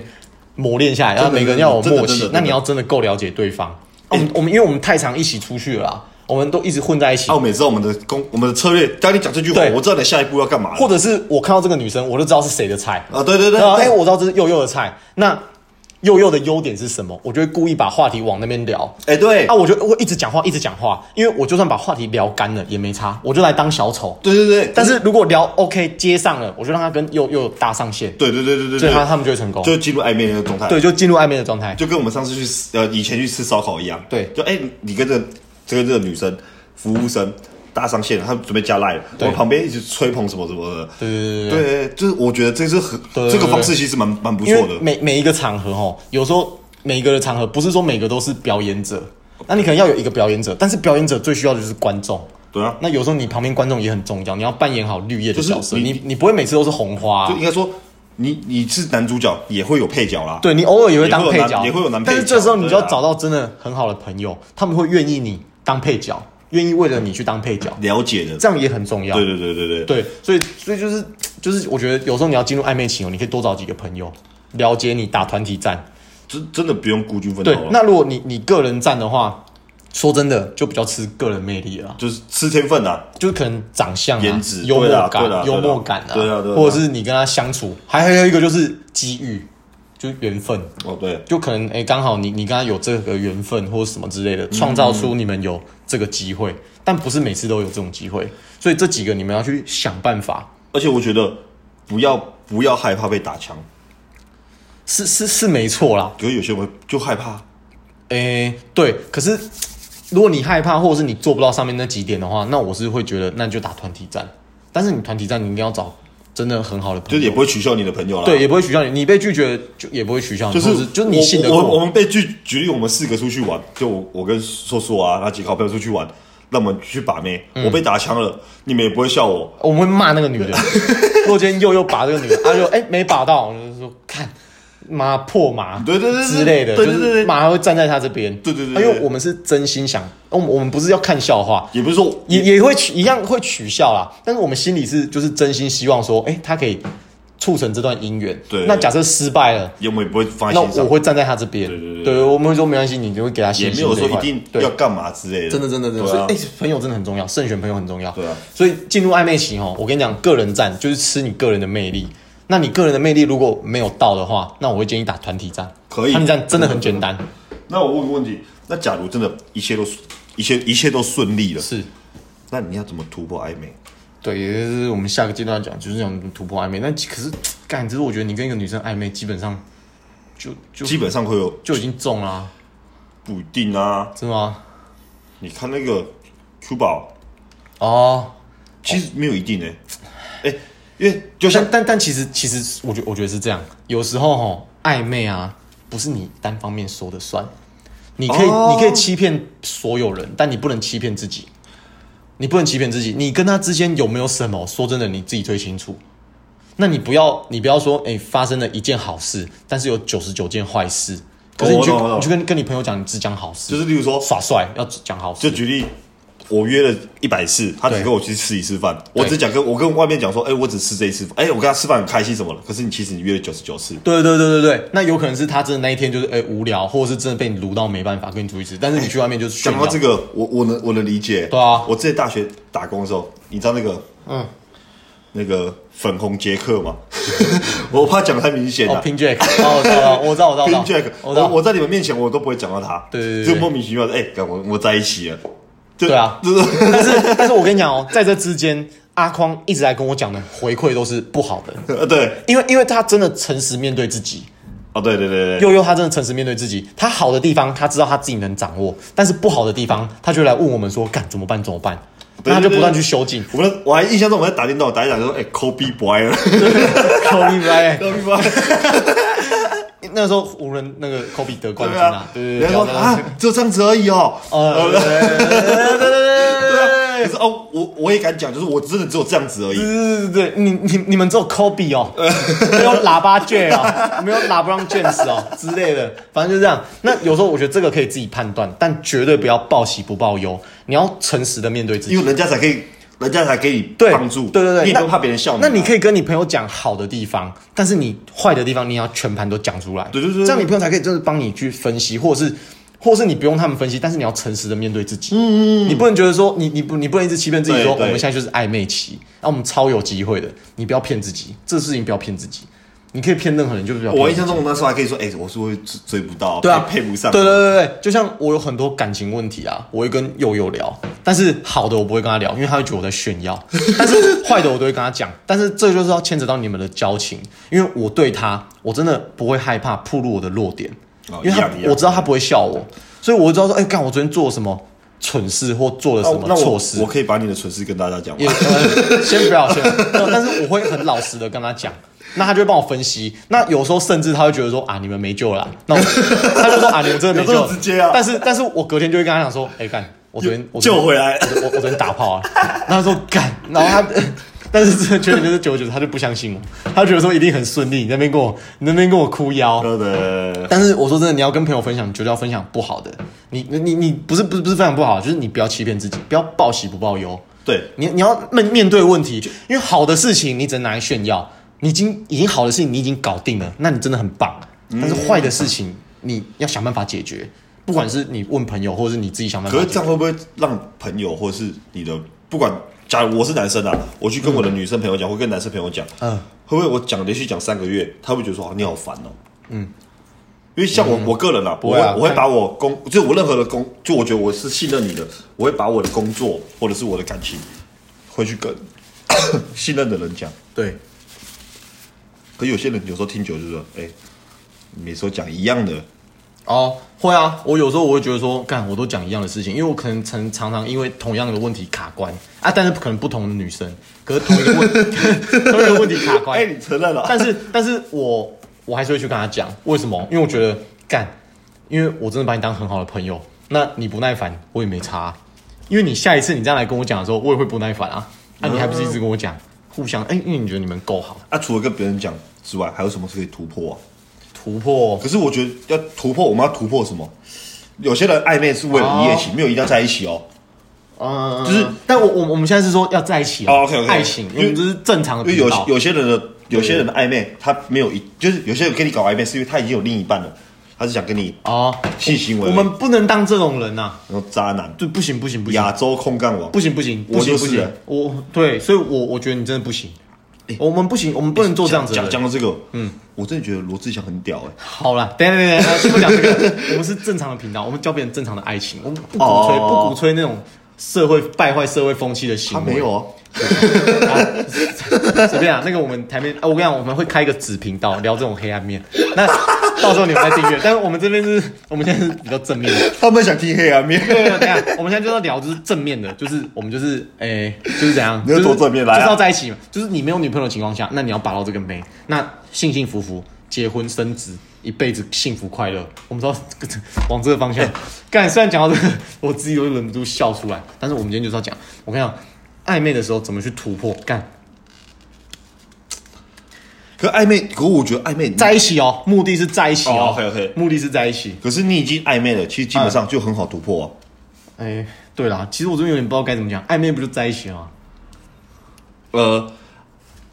Speaker 1: 磨练下来，然后每个人要有
Speaker 2: 真的
Speaker 1: 默
Speaker 2: 真的
Speaker 1: 契
Speaker 2: 真，的哎
Speaker 1: 那你要真的够了解对方。我们我们因为我们太常一起出去了啦，我们都一直混在一起
Speaker 2: 啊，，我们也知道我们的工我们的策略。当你讲这句话
Speaker 1: 对，
Speaker 2: 我知道你下一步要干嘛了。
Speaker 1: 或者是我看到这个女生，我就知道是谁的菜，
Speaker 2: 啊，对对对，
Speaker 1: 然后
Speaker 2: 对
Speaker 1: 哎，我知道这是佑佑的菜，那佑佑的优点是什么？我就会故意把话题往那边聊。
Speaker 2: 哎对
Speaker 1: 啊，，我就我一直讲话，一直讲话，因为我就算把话题聊干了也没差，我就来当小丑。
Speaker 2: 对对对，
Speaker 1: 但是如果聊 OK 接上了，我就让他跟又又搭上线，
Speaker 2: 对对对对对
Speaker 1: 所以他
Speaker 2: 对，
Speaker 1: 他们就会成功，
Speaker 2: 就进入暧昧的那个状态。
Speaker 1: 对，就进入暧昧的状态。
Speaker 2: 就跟我们上次去吃呃以前去吃烧烤一样，
Speaker 1: 对
Speaker 2: 就哎、你跟这个这个这个女生服务生搭上线了，她准备加赖了，我
Speaker 1: 对
Speaker 2: 们旁边一直吹捧什么什么的，
Speaker 1: 对对对对
Speaker 2: 对对，就是我觉得这是很
Speaker 1: 对对
Speaker 2: 这个
Speaker 1: 对
Speaker 2: 方式其实蛮蛮不
Speaker 1: 因
Speaker 2: 错
Speaker 1: 为
Speaker 2: 的，
Speaker 1: 每每一个场合哦，有时候每一个的场合不是说每个都是表演者，那你可能要有一个表演者，但是表演者最需要的就是观众。
Speaker 2: 对啊，
Speaker 1: 那有时候你旁边观众也很重要，你要扮演好绿叶的
Speaker 2: 就是
Speaker 1: 角色，
Speaker 2: 你
Speaker 1: 你你不会每次都是红花啊、
Speaker 2: 就应该说你你是男主角也会有配角啦，
Speaker 1: 对你偶尔也会当配角，
Speaker 2: 也会有男也会有男配角
Speaker 1: 但是这时候你就要
Speaker 2: 对啊
Speaker 1: 找到真的很好的朋友，他们会愿意你当配角，愿意为了你去当配角，
Speaker 2: 了解的，
Speaker 1: 这样也很重要。
Speaker 2: 对对对对对，
Speaker 1: 对，所以所以就是就是，我觉得有时候你要进入暧昧期哦，你可以多找几个朋友，了解你打团体战。
Speaker 2: 真真的不用孤军奋斗
Speaker 1: 对，
Speaker 2: 了，
Speaker 1: 那如果你你个人战的话，说真的就比较吃个人魅力了啦，
Speaker 2: 就是吃天分啦，
Speaker 1: 就是可能长相、啊、
Speaker 2: 颜值
Speaker 1: 幽默
Speaker 2: 对啦对
Speaker 1: 感、
Speaker 2: 啦啊
Speaker 1: 啊
Speaker 2: 对啦
Speaker 1: 幽默感
Speaker 2: 对啦对啦啊
Speaker 1: 或者是你跟他相处，还还有一个就是机遇。就缘分，
Speaker 2: 哦，对，
Speaker 1: 就可能哎，刚、好你你跟他有这个缘分或者什么之类的，创造出你们有这个机会，但不是每次都有这种机会，所以这几个你们要去想办法。
Speaker 2: 而且我觉得不要不要害怕被打枪，
Speaker 1: 是是是没错啦，
Speaker 2: 可是有些人会就害怕，
Speaker 1: 诶、对，可是如果你害怕，或者是你做不到上面那几点的话，那我是会觉得那你就打团体战。但是你团体战，你一定要找真的很好的朋
Speaker 2: 就
Speaker 1: 友，
Speaker 2: 是也不会取笑你的朋友啦。
Speaker 1: 对，也不会取笑你，你被拒绝就也不会取笑你，
Speaker 2: 就
Speaker 1: 或者
Speaker 2: 是
Speaker 1: 是就是你信得
Speaker 2: 我我我
Speaker 1: 过。
Speaker 2: 们被拒，举例我们四个出去玩，就我我跟硕硕啊，那几个好朋友出去玩，那我们去把妹，
Speaker 1: 嗯
Speaker 2: 我被打枪了，你们也不会笑我，
Speaker 1: 我们会骂那个 女人，如果今天又又把这个女人，啊就哎、没把到，我就说看妈破马，
Speaker 2: 对对对对
Speaker 1: 之类的，
Speaker 2: 对对对
Speaker 1: 就是
Speaker 2: 对
Speaker 1: 马还会站在他这边，
Speaker 2: 对对对
Speaker 1: 啊
Speaker 2: 对
Speaker 1: 因为我们是真心想，我们我们不是要看笑话，
Speaker 2: 也不是说
Speaker 1: 也也会取一样会取笑啦，但是我们心里是就是真心希望说，哎、他可以促成这段姻缘。
Speaker 2: 对
Speaker 1: 那假设失败了，
Speaker 2: 也我们也不会放
Speaker 1: 那
Speaker 2: 在心
Speaker 1: 我
Speaker 2: 上，
Speaker 1: 会站在他这边。
Speaker 2: 对对对
Speaker 1: 我们会说没关系，你就会给他
Speaker 2: 也
Speaker 1: 信
Speaker 2: 没
Speaker 1: 心
Speaker 2: 有
Speaker 1: 这
Speaker 2: 说
Speaker 1: 一块。
Speaker 2: 一定
Speaker 1: 对
Speaker 2: 要，干嘛之类的。
Speaker 1: 真的真的真的，
Speaker 2: 对
Speaker 1: 所以
Speaker 2: 啊
Speaker 1: 哎、朋友真的很重要，慎选朋友很重要。
Speaker 2: 对啊
Speaker 1: 所以进入暧昧期哦，我跟你讲，个人战就是吃你个人的魅力。那你个人的魅力如果没有到的话，那我会建议打团体战。
Speaker 2: 可以
Speaker 1: 团体战真的很简 单，
Speaker 2: 那我问个问题，那假如真的一切都一切一切都顺利了，
Speaker 1: 是。
Speaker 2: 那你要怎么突破暧昧？
Speaker 1: 对，也就是我们下个阶段要讲，就是讲突破暧昧。但其可是，干，只是我觉得你跟一个女生暧昧，基本上就就
Speaker 2: 基本上会有
Speaker 1: 就已经中啦、
Speaker 2: 不一定啊。
Speaker 1: 是吗？
Speaker 2: 你看那个 Q 宝，
Speaker 1: 哦，
Speaker 2: 其实没有一定诶、欸，哎、因为就像
Speaker 1: 但但但其实其实，我觉我觉得是这样，有时候吼暧昧啊，不是你单方面说的算，你可以、
Speaker 2: 哦
Speaker 1: 你可以欺骗所有人，但你不能欺骗自己，你不能欺骗自己，你跟他之间有没有什么？说真的，你自己最清楚。那你不要，你不要说，哎、发生了一件好事，但是有九十九件坏事。可是
Speaker 2: 哦
Speaker 1: 你
Speaker 2: 我
Speaker 1: 去、
Speaker 2: 懂我懂
Speaker 1: 你去跟跟你朋友讲，你只讲好事，
Speaker 2: 就是例如说，
Speaker 1: 耍帅，要只讲好
Speaker 2: 就
Speaker 1: 事。
Speaker 2: 举例，我约了一百次，他只
Speaker 1: 对
Speaker 2: 跟我去吃一次饭，我
Speaker 1: 对
Speaker 2: 只讲跟我跟外面讲说，哎、我只吃这一次饭，哎、我跟他吃饭很开心什么了，可是你其实你约了九十九次，
Speaker 1: 对对对对对，那有可能是他真的那一天就是哎、无聊，或者是真的被你撸到没办法跟你出去吃，但是你去外面就是炫
Speaker 2: 讲
Speaker 1: 耀
Speaker 2: 到这个，我我能我能理解。
Speaker 1: 对啊
Speaker 2: 我之前大学打工的时候，你知道那个嗯，那个粉红杰克吗？ 我怕讲得太明显
Speaker 1: 哦
Speaker 2: 了。
Speaker 1: ，Pin Jack，哦，我知道，我知道，我知道
Speaker 2: Pin Jack，
Speaker 1: 我知道，
Speaker 2: 我我在你们面前我都不会讲到他，
Speaker 1: 对对对对
Speaker 2: 就莫名其妙的，哎、干我我在一起了，就
Speaker 1: 对 啊
Speaker 2: 就是
Speaker 1: 但是但是我跟你讲哦，在这之间，阿匡一直在跟我讲的回馈都是不好的，
Speaker 2: 呃对，
Speaker 1: 因为因为他真的诚实面对自己，
Speaker 2: 哦对对对对，
Speaker 1: 悠悠他真的诚实面对自己，他好的地方他知道他自己能掌握，但是不好的地方他就来问我们说，干怎么办怎么办？
Speaker 2: 对
Speaker 1: 那他就
Speaker 2: 对对。
Speaker 1: 不断去修进
Speaker 2: 我们我还印象中我们在打电动，打一打就说，哎、抠逼 boy 了，
Speaker 1: 科比来，
Speaker 2: 抠逼 boy，
Speaker 1: 那时候湖人那个科比得冠军
Speaker 2: 对
Speaker 1: 啊
Speaker 2: 啊，，
Speaker 1: 对对
Speaker 2: 人
Speaker 1: 对，
Speaker 2: 家说啊，就这样子而已哦，
Speaker 1: 呃，对对对对
Speaker 2: 对嗯
Speaker 1: 对
Speaker 2: 啊，可是哦，我我也敢讲，就是我真的只有这样子而已，
Speaker 1: 对对对，你你你们只有 Kobe 哦，没有喇叭卷哦，没有 LeBron James 哦之类的，反正就这样。那有时候我觉得这个可以自己判断，但绝对不要报喜不报忧，你要诚实的面对自己
Speaker 2: 因。为人家才可以，人家才给你
Speaker 1: 对，
Speaker 2: 帮助，
Speaker 1: 对对对，
Speaker 2: 你也
Speaker 1: 那
Speaker 2: 不用怕别人笑你啊、
Speaker 1: 那你可以跟你朋友讲好的地方，但是你坏的地方你要全盘都讲出来。
Speaker 2: 对对对对
Speaker 1: 这样你朋友才可以真的帮你去分析，或者是。或是你不用他们分析，但是你要诚实的面对自己。嗯，你不能觉得说你你不你不能一直欺骗自己
Speaker 2: 对
Speaker 1: 说我
Speaker 2: 对
Speaker 1: 们现在就是暧昧期，啊那、我们超有机会的。你不要骗自己，这事情不要骗自己。你可以骗任何人，就是不要骗
Speaker 2: 我
Speaker 1: 自
Speaker 2: 印
Speaker 1: 己。
Speaker 2: 象中我那时候还可以说，哎、我是会追追不到，
Speaker 1: 对啊，
Speaker 2: 配配不上，
Speaker 1: 对对对对，就像我有很多感情问题啊，我会跟佑佑聊，但是好的我不会跟他聊，因为他会觉得我在炫耀； 但是坏的我都会跟他讲。但是这就是要牵扯到你们的交情，因为我对他，我真的不会害怕暴露我的弱点，
Speaker 2: 哦
Speaker 1: 因为
Speaker 2: 一
Speaker 1: 他
Speaker 2: 样一样
Speaker 1: 我知道他不会笑我，所以我知道说，哎、干我昨天做了什么蠢事或做了
Speaker 2: 那
Speaker 1: 什
Speaker 2: 我
Speaker 1: 么
Speaker 2: 哦那
Speaker 1: 错
Speaker 2: 我
Speaker 1: 事
Speaker 2: 我可以把你的蠢事跟大家讲
Speaker 1: 也
Speaker 2: 吗？
Speaker 1: 呃先不要先 不要，但是我会很老实的跟他讲，那他就会帮我分析。那有时候甚至他会觉得说啊，你们没救了啊、那我 他就说啊，你们真的没救
Speaker 2: 有
Speaker 1: 了，
Speaker 2: 这么直接啊
Speaker 1: 但是但是我隔天就会跟他讲说，哎、干，我昨天我昨天
Speaker 2: 救回来，
Speaker 1: 我我我昨天打炮啊，然后他说干，然后他， 但是真的缺点就是久而久之他就不相信我，他觉得说一定很顺利，你那边跟我你那边跟我哭腰，
Speaker 2: 对对对，
Speaker 1: 但是我说真的，你要跟朋友分享，你绝对要分享不好的。你你你你不是不是不是分享不好，就是你不要欺骗自己，不要报喜不报忧。
Speaker 2: 对
Speaker 1: 你你要面面对问题，因为好的事情你只能拿来炫耀，你已经已经好的事情你已经搞定了，那你真的很棒。
Speaker 2: 嗯
Speaker 1: 但是坏的事情你要想办法解决，不管是你问朋友，或者是你自己想办法
Speaker 2: 可
Speaker 1: 解
Speaker 2: 是
Speaker 1: 决。
Speaker 2: 这样会不会让朋友或是你的不管？假如我是男生啊，我去跟我的女生朋友讲，或跟男生朋友讲，
Speaker 1: 嗯
Speaker 2: 嗯，会不会我讲连续讲三个月，他会觉得说啊你好烦哦、因为像我、我个人啊，
Speaker 1: 不
Speaker 2: 我
Speaker 1: 会
Speaker 2: 会、
Speaker 1: 啊
Speaker 2: 我会
Speaker 1: 看
Speaker 2: 把我工，就是我任何的工，就我觉得我是信任你的，我会把我的工作或者是我的感情，会去跟 信任的人讲。
Speaker 1: 对，
Speaker 2: 可有些人有时候听久就是说，哎、你每次都讲一样的，
Speaker 1: 哦，会啊，我有时候我会觉得说，干，我都讲一样的事情，因为我可能常常常因为同样的问题卡关啊，但是可能不同的女生，可是同一个问 同一个问题卡关，
Speaker 2: 哎、你承认 了，
Speaker 1: 但是，但是我我还是会去跟他讲，为什么？因为我觉得干，因为我真的把你当很好的朋友，那你不耐烦我也没差啊、因为你下一次你再来跟我讲的时候，我也会不耐烦啊，那、你还不是一直跟我讲，互相哎、因为你觉得你们够好，
Speaker 2: 啊，除了跟别人讲之外，还有什么是可以突破啊？
Speaker 1: 突破
Speaker 2: 可是我觉得要突破，我们要突破什么？有些人暧昧是为了一夜情，没有一定要在一起哦。
Speaker 1: 嗯，
Speaker 2: 就是
Speaker 1: 但我我我们现在是说要在一起哦
Speaker 2: 哦，OK，OK
Speaker 1: 爱情，因
Speaker 2: 因
Speaker 1: 为
Speaker 2: 为
Speaker 1: 这是正常的
Speaker 2: 因
Speaker 1: 频
Speaker 2: 为有
Speaker 1: 道，
Speaker 2: 有些人的有些人的暧昧，他没有一就是有些人跟你搞暧昧，是因为他已经有另一半了，他是想跟你
Speaker 1: 哦，
Speaker 2: 性行为。
Speaker 1: 我们不能当这种人呐、啊
Speaker 2: 然后渣男，
Speaker 1: 就不行不行不行
Speaker 2: 亚洲控干王
Speaker 1: 不行不行不
Speaker 2: 我
Speaker 1: 行
Speaker 2: 就
Speaker 1: 不
Speaker 2: 是
Speaker 1: 行
Speaker 2: 啊，
Speaker 1: 我对，所以我我觉得你真的不行。我们不行，我们不能做这样子的
Speaker 2: 哎讲
Speaker 1: 人。
Speaker 2: 讲到这个，嗯，我真的觉得罗志祥很屌哎、
Speaker 1: 好了，等一下等一下等一 下，先不讲这个， 我们是正常的频道，我们教别人正常的爱情，我们不鼓吹
Speaker 2: 哦
Speaker 1: 不鼓吹那种社会败坏社会风气的行
Speaker 2: 他
Speaker 1: 为。
Speaker 2: 没有啊，
Speaker 1: 啊，随便啊，那个我们台面，啊、我跟你讲，我们会开一个子频道聊这种黑暗面，那到时候你们再订阅。但是我们这边是，我们现在是比较正面的。
Speaker 2: 啊他们想听黑 暗面。
Speaker 1: 对啊，等一下，我们现在就要聊，就是正面的，就是我们就是，诶、就是怎样，
Speaker 2: 你要多正面来啊
Speaker 1: 就是要在一起嘛，就是你没有女朋友的情况下，那你要把到这个妹，那幸幸福福结婚生子，一辈子幸福快乐，我们知道往这个方向。 干，虽然讲到这个，我自己都忍不住笑出来，但是我们今天就是要讲，我跟你讲，暧昧的时候怎么去突破，干
Speaker 2: 可暧昧，可我觉得暧昧
Speaker 1: 在一起哦，目的是在一起哦
Speaker 2: 哦，OK，OK
Speaker 1: 目的是在一起。
Speaker 2: 可是你已经暧昧了，其实基本上就很好突破、啊。
Speaker 1: 哎、对啦，其实我这边有点不知道该怎么讲，暧昧不就在一起吗？
Speaker 2: 呃，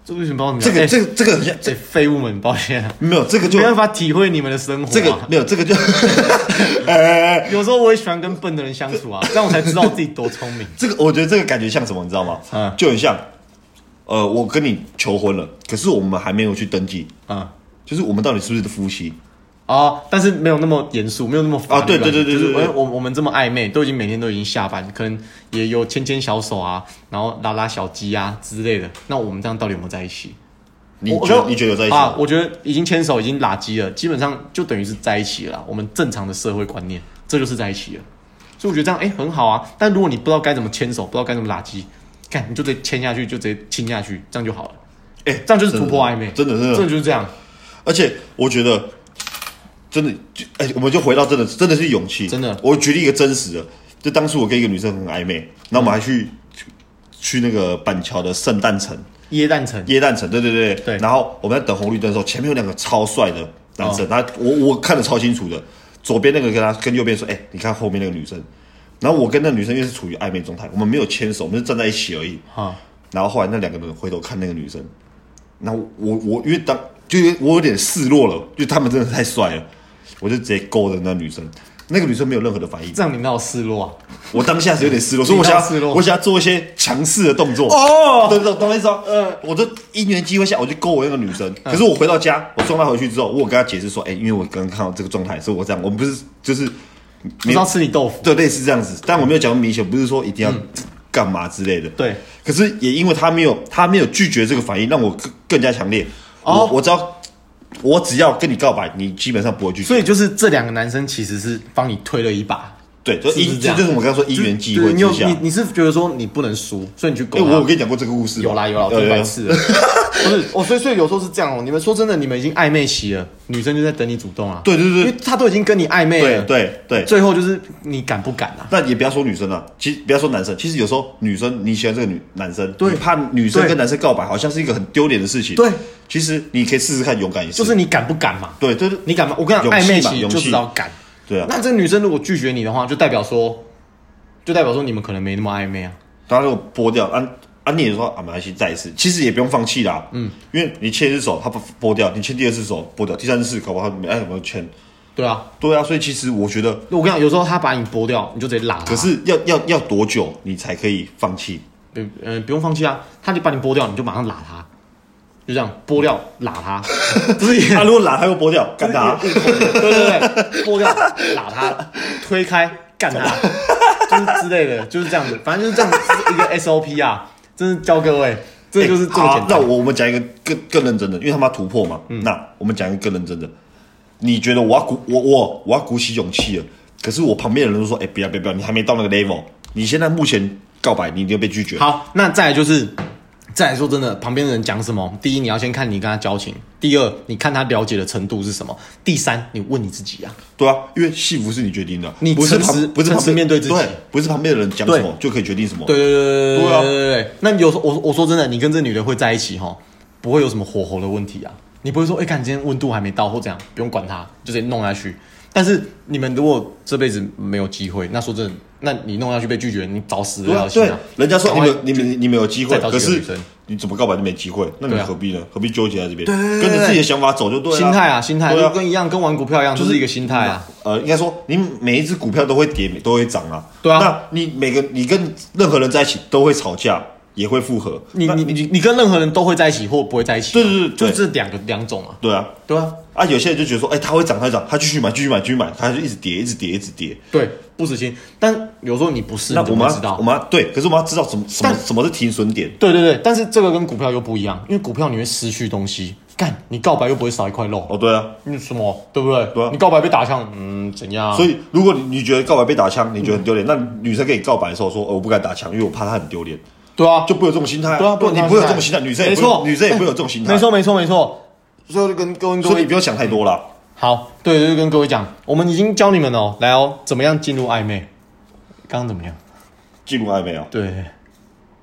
Speaker 1: 这为什么不知道怎么讲？哎
Speaker 2: 这个、这个这个很像，这
Speaker 1: 这废物们，抱歉、啊，
Speaker 2: 没有这个就
Speaker 1: 没办法体会你们的生活、啊。
Speaker 2: 这个没有这个就，哎、
Speaker 1: 有时候我也喜欢跟笨的人相处啊， 这样我才知道我自己多聪明。
Speaker 2: 这个我觉得这个感觉像什么，你知道吗？
Speaker 1: 嗯
Speaker 2: 就很像，呃，我跟你求婚了，可是我们还没有去登记，
Speaker 1: 啊、
Speaker 2: 就是我们到底是不是夫妻？
Speaker 1: 哦，但是没有那么严肃，没有那么法律
Speaker 2: 啊对
Speaker 1: 感
Speaker 2: 对对对
Speaker 1: 就是哎
Speaker 2: 对对
Speaker 1: 我我我们这么暧昧，都已经每天都已经下班，可能也有牵牵小手啊，然后拉拉小鸡啊之类的。那我们这样到底有没有在一起？
Speaker 2: 你
Speaker 1: 我
Speaker 2: 觉得
Speaker 1: 我
Speaker 2: 你觉得有在一起
Speaker 1: 啊？
Speaker 2: 吗？
Speaker 1: 我觉得已经牵手，已经拉鸡了，基本上就等于是在一起了啦。我们正常的社会观念，这就是在一起了。所以我觉得这样哎、很好啊。但如果你不知道该怎么牵手，不知道该怎么拉鸡，看你就直接牵下去，就直接亲下去，这样就好了。
Speaker 2: 哎、
Speaker 1: 这样就是突破暧昧，
Speaker 2: 真的真的
Speaker 1: 真的就是这样。
Speaker 2: 而且我觉得，真的，就哎、我们就回到真的，真的是勇气，
Speaker 1: 真的
Speaker 2: 我举例一个真实的，就当初我跟一个女生很暧昧，那我们还去、去去那个板桥的圣诞城，
Speaker 1: 椰蛋城
Speaker 2: 椰蛋城，对对对
Speaker 1: 对
Speaker 2: 然后我们在等红绿灯的时候，前面有两个超帅的男生，他我我看得超清楚的，左边那个跟他跟右边说，哎、你看后面那个女生。然后我跟那个女生又是处于暧昧状态，我们没有牵手，我们是站在一起而已。
Speaker 1: 啊，
Speaker 2: 然后后来那两个人回头看那个女生，然后我我因为当就是我有点示弱了，就他们真的太帅了，我就直接勾着那女生。那个女生没有任何的反应，
Speaker 1: 这样你闹失落啊？
Speaker 2: 我当下是有点失落，所以我想
Speaker 1: 你到失落
Speaker 2: 要我想要做一些强势的动作。
Speaker 1: 哦
Speaker 2: 懂懂懂我意思吗？呃，我就因缘机会下，我就勾我那个女生。
Speaker 1: 嗯
Speaker 2: 可是我回到家，我送她回去之后，我有跟她解释说，哎、因为我刚刚看到这个状态，所以我这样，我们不是就是
Speaker 1: 不知道吃你豆腐，
Speaker 2: 对类似这样子，但我没有讲那么明显，不是说一定要干嘛之类的。
Speaker 1: 对，
Speaker 2: 可是也因为他没有他没有拒绝这个反应，让我更更加强烈。
Speaker 1: 哦
Speaker 2: 我我知道，我只要跟你告白，你基本上不会拒绝。
Speaker 1: 所以就是这两个男生其实是帮你推了一把，
Speaker 2: 对，就是一
Speaker 1: 不是这样
Speaker 2: 就是我刚刚说因缘际
Speaker 1: 对
Speaker 2: 会
Speaker 1: 你有
Speaker 2: 之下
Speaker 1: 你。你是觉得说你不能输，所以你去勾
Speaker 2: 哎，
Speaker 1: 他。
Speaker 2: 我有跟你讲过这个故事吗
Speaker 1: 有啦有啦，我
Speaker 2: 对
Speaker 1: 听白
Speaker 2: 对
Speaker 1: 痴了。 不是，我所以所以有时候是这样哦。你们说真的，你们已经暧昧期了，女生就在等你主动啊。
Speaker 2: 对对对
Speaker 1: 因为她都已经跟你暧昧了，
Speaker 2: 对对对。
Speaker 1: 最后就是你敢不敢啊？
Speaker 2: 但也不要说女生了，其实不要说男生，其实有时候女生你喜欢这个女男生，
Speaker 1: 对
Speaker 2: 你怕女生
Speaker 1: 对
Speaker 2: 跟男生告白好像是一个很丢脸的事情。
Speaker 1: 对，
Speaker 2: 其实你可以试试看，勇敢一次。
Speaker 1: 就是你敢不敢嘛？
Speaker 2: 对对对，
Speaker 1: 你敢吗？我跟你讲，
Speaker 2: 勇
Speaker 1: 暧
Speaker 2: 气
Speaker 1: 昧
Speaker 2: 嘛
Speaker 1: 期
Speaker 2: 勇
Speaker 1: 就
Speaker 2: 气
Speaker 1: 知道敢。
Speaker 2: 对啊。
Speaker 1: 那这个女生如果拒绝你的话，就代表说，就代表说你们可能没那么暧昧啊。
Speaker 2: 他就剥掉，啊啊，你也说啊，没关系，再一次，其实也不用放弃啦，嗯，因为你牵一只手，他不剥掉，你牵第二只手剥掉，第三次搞不好他没哎有没有牵，
Speaker 1: 对啊，
Speaker 2: 对啊，所以其实我觉得，
Speaker 1: 我跟你讲，有时候她把你剥掉，你就直接拉她。
Speaker 2: 可是要要要多久你才可以放弃？
Speaker 1: 嗯、呃不用放弃啊，他就把你剥掉，你就马上拉他。就这样剥掉拉 他， 不是也
Speaker 2: 啊他如果懒，他又剥掉，干他。
Speaker 1: 对对对，剥掉拉他，推开干他，就是之类的，就是这样子，反正就是这样子一个 SOP 啊，真是教各位，这就是这么
Speaker 2: 哎好
Speaker 1: 简
Speaker 2: 那
Speaker 1: 单。嗯
Speaker 2: 我我们讲一个更更认真的，因为他妈突破嘛。那我们讲一个更认真的。你觉得我要鼓我我我要鼓起勇气了，可是我旁边的人都说：“哎、不要不要不要，你还没到那个 level，你现在目前告白，你一定被拒绝。”
Speaker 1: 好，那再来就是，再来说真的，旁边的人讲什么？第一，你要先看你跟他交情；第二，你看他了解的程度是什么；第三，你问你自己啊。
Speaker 2: 对啊，因为幸福是你决定的，
Speaker 1: 你
Speaker 2: 不是
Speaker 1: 诚实
Speaker 2: 旁不是
Speaker 1: 诚
Speaker 2: 旁
Speaker 1: 实
Speaker 2: 边
Speaker 1: 面对自己
Speaker 2: 不是旁边的人讲什么就可以决定什么。
Speaker 1: 对对对对对
Speaker 2: 对啊
Speaker 1: 对对对。那你有时候我我说真的，你跟这女的会在一起哈，不会有什么火候的问题啊。你不会说，哎、看你今天温度还没到或怎样，不用管它，就直接弄下去。但是你们如果这辈子没有机会，那说真的，那你弄下去被拒绝，你找死
Speaker 2: 对
Speaker 1: 了
Speaker 2: 啊
Speaker 1: 要，心
Speaker 2: 对
Speaker 1: 啊！，
Speaker 2: 人家说你
Speaker 1: 赶快
Speaker 2: 们你们你们有机会
Speaker 1: 再，找
Speaker 2: 可
Speaker 1: 几个
Speaker 2: 是
Speaker 1: 女生
Speaker 2: 你怎么告白就没机会，那你
Speaker 1: 对啊
Speaker 2: 何必呢？何必纠结在这边？
Speaker 1: 对对
Speaker 2: 跟着自己的想法走就对了。
Speaker 1: 心态啊，心态、
Speaker 2: 对
Speaker 1: 就
Speaker 2: 啊，
Speaker 1: 跟一样，跟玩股票一样，就是一个心态啊。
Speaker 2: 呃，应该说你每一只股票都会跌，都会涨啊。
Speaker 1: 对啊
Speaker 2: 那你每个你跟任何人在一起都会吵架，也会复合。
Speaker 1: 你
Speaker 2: 那
Speaker 1: 你你你跟任何人都会在一起或不会在一起啊，
Speaker 2: 对对对对
Speaker 1: 就这两个两种啊，
Speaker 2: 对啊
Speaker 1: 对啊，
Speaker 2: 啊，有些人就觉得说，哎，它会涨，它会涨，他继续买，继续买，继续买，他就一直跌，一直跌，一直跌。
Speaker 1: 对，不死心。但有时候你不是，
Speaker 2: 那
Speaker 1: 你
Speaker 2: 我
Speaker 1: 怎么
Speaker 2: 们
Speaker 1: 知道
Speaker 2: 要我？们要对，可是我们要知道什么什么什么是停损点。
Speaker 1: 对对对，但是这个跟股票又不一样，因为股票你会失去东西。干，你告白又不会少一块肉，
Speaker 2: 哦，对啊，
Speaker 1: 你什么对不对？
Speaker 2: 对啊
Speaker 1: 你告白被打枪，嗯，怎样？
Speaker 2: 所
Speaker 1: 以
Speaker 2: 以如果你你觉得告白被打枪，你觉得很丢脸，那女生跟你告白的时候说，哦我不敢打枪，因为我怕她很丢脸，
Speaker 1: 对啊，
Speaker 2: 就不会有这种心态。
Speaker 1: 对啊不
Speaker 2: 不，
Speaker 1: 能
Speaker 2: 你
Speaker 1: 这样
Speaker 2: 不会有
Speaker 1: 心态
Speaker 2: 这种心态，女生也
Speaker 1: 没
Speaker 2: 不会
Speaker 1: 错
Speaker 2: 女生也不会有这种心态。
Speaker 1: 没，错没错没错。
Speaker 2: 所以我就跟各位所以你不要想太多
Speaker 1: 嗯
Speaker 2: 啦。
Speaker 1: 好，对，就是跟各位讲，我们已经教你们哦，来哦，怎么样进入暧昧？刚刚怎么样？
Speaker 2: 进入暧昧啊，
Speaker 1: 对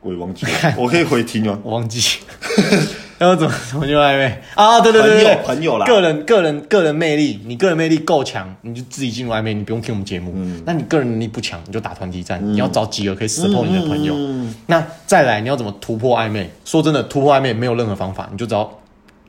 Speaker 2: 我也忘记了，我可以回听啊。
Speaker 1: 我忘记， 要怎么怎么进入暧昧啊？对对对对，
Speaker 2: 朋友
Speaker 1: 对
Speaker 2: 朋友啦
Speaker 1: 个人个人个人魅力，你个人魅力够强，你就自己进入暧昧，你不用听我们节目。
Speaker 2: 嗯
Speaker 1: 那你个人能力不强，你就打团体战，你要找几个可以 support 你的朋友。
Speaker 2: 嗯
Speaker 1: 那再来，你要怎么突破暧昧？说真的，突破暧昧没有任何方法，你就只要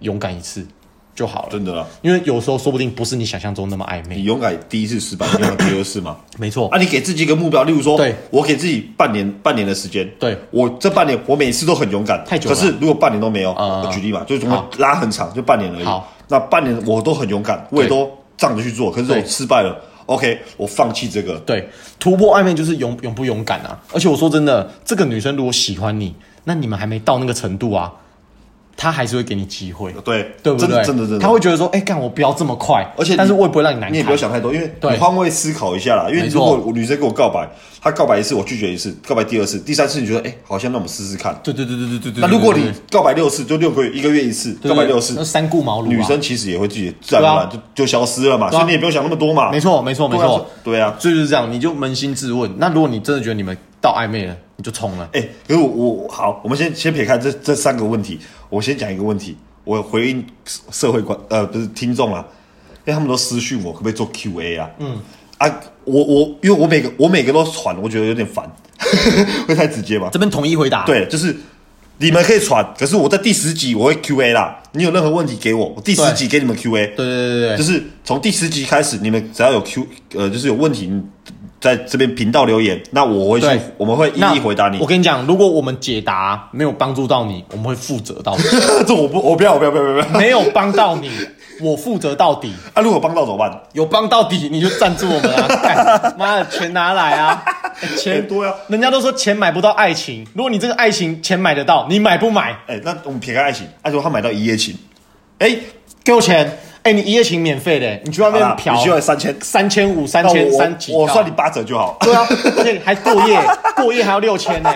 Speaker 1: 勇敢一次就好了。
Speaker 2: 真的啦，啊
Speaker 1: 因为有时候说不定不是你想象中那么暧昧
Speaker 2: 你。勇敢第一次失败，你勇敢第二次嘛。
Speaker 1: 没错，
Speaker 2: 啊，你给自己一个目标，例如说，
Speaker 1: 哦对
Speaker 2: 我给自己半年半年的时间，
Speaker 1: 对
Speaker 2: 我这半年我每次都很勇敢，
Speaker 1: 太久了
Speaker 2: 可是如果半年都没有，
Speaker 1: 啊
Speaker 2: 我举例嘛，就是我
Speaker 1: 好
Speaker 2: 拉很长，就半年而已。
Speaker 1: 好，
Speaker 2: 那半年我都很勇敢，我也都仗着去做，可是
Speaker 1: 对
Speaker 2: 我失败了，OK，我放弃这个。
Speaker 1: 对，突破暧昧就是勇勇不勇敢啊！而且我说真的，这个女生如果喜欢你，那你们还没到那个程度啊，她还是会给你机会，
Speaker 2: 对，
Speaker 1: 对不
Speaker 2: 真
Speaker 1: 对？
Speaker 2: 的真的真的，
Speaker 1: 她会觉得说，哎、干我不要这么快，
Speaker 2: 而且你
Speaker 1: 但是我也不会让你难堪。
Speaker 2: 你也不要想太多，因为
Speaker 1: 对
Speaker 2: 你换位思考一下啦。因为
Speaker 1: 没
Speaker 2: 如
Speaker 1: 错
Speaker 2: 果我女生跟我告白，她告白一次我拒绝一次，告白第二次、第三次，你觉得哎、好像那我们试试看。
Speaker 1: 对对对对对对对。
Speaker 2: 那如果你
Speaker 1: 对
Speaker 2: 告白六次，就六个月一个月一次，
Speaker 1: 对
Speaker 2: 告白六次
Speaker 1: 那，三顾茅庐、啊，
Speaker 2: 女生其实也会自己自然
Speaker 1: 对啊
Speaker 2: 而然就就消失了嘛，
Speaker 1: 对啊
Speaker 2: 所以你也不用想那么多嘛。
Speaker 1: 没错没错没
Speaker 2: 对啊，
Speaker 1: 错，
Speaker 2: 对啊。
Speaker 1: 所以就是这样，你就扪心自问。那如果你真的觉得你们到暧昧了，你就冲了。
Speaker 2: 哎、可是我我好，我们先先撇开这这三个问题，我先讲一个问题，我回应社社会观呃不是听众啊，因为他们都私讯我，可不可以做 Q&A 啊？嗯啊，我我因为我每个我每个都传，我觉得有点烦， 会太直接吧？
Speaker 1: 这边统一回答，，
Speaker 2: 对，就是你们可以传，可是我在第十集我会 Q&A 啦，你有任何问题给我，我第十集给你们 Q&A。
Speaker 1: 对对对对
Speaker 2: 就
Speaker 1: 对，
Speaker 2: 是从第十集开始，你们只要有 Q 呃，就是有问题，你在这边频道留言，那我会去
Speaker 1: 对，
Speaker 2: 我们会一
Speaker 1: 那
Speaker 2: 一回答你
Speaker 1: 我。跟你讲，如果我们解答没有帮助到你，我们会负责到底；
Speaker 2: 这我不，我不要，我不要，不要，不要。不要
Speaker 1: 没有帮到你，我负责到底；
Speaker 2: 啊，如果帮到怎么办？
Speaker 1: 有帮到底，你就赞助我们 啊！干妈的，钱拿来啊！哎 钱
Speaker 2: 很多呀
Speaker 1: 人家都说钱买不到爱情，如果你这个爱情钱买得到，你买不买？
Speaker 2: 哎、那我们撇开爱情，爱、啊、情他买到一夜情，哎、
Speaker 1: 给我钱！哎，你一夜情免费的，你去外
Speaker 2: 好
Speaker 1: 面
Speaker 2: 啦
Speaker 1: 嫖，
Speaker 2: 你需要三千，
Speaker 1: 三千五、三
Speaker 2: 那
Speaker 1: 千
Speaker 2: 我
Speaker 1: 三几
Speaker 2: 我
Speaker 1: 道
Speaker 2: 算你八折就好，
Speaker 1: 对啊，而且还过 夜，过夜还要六千呢，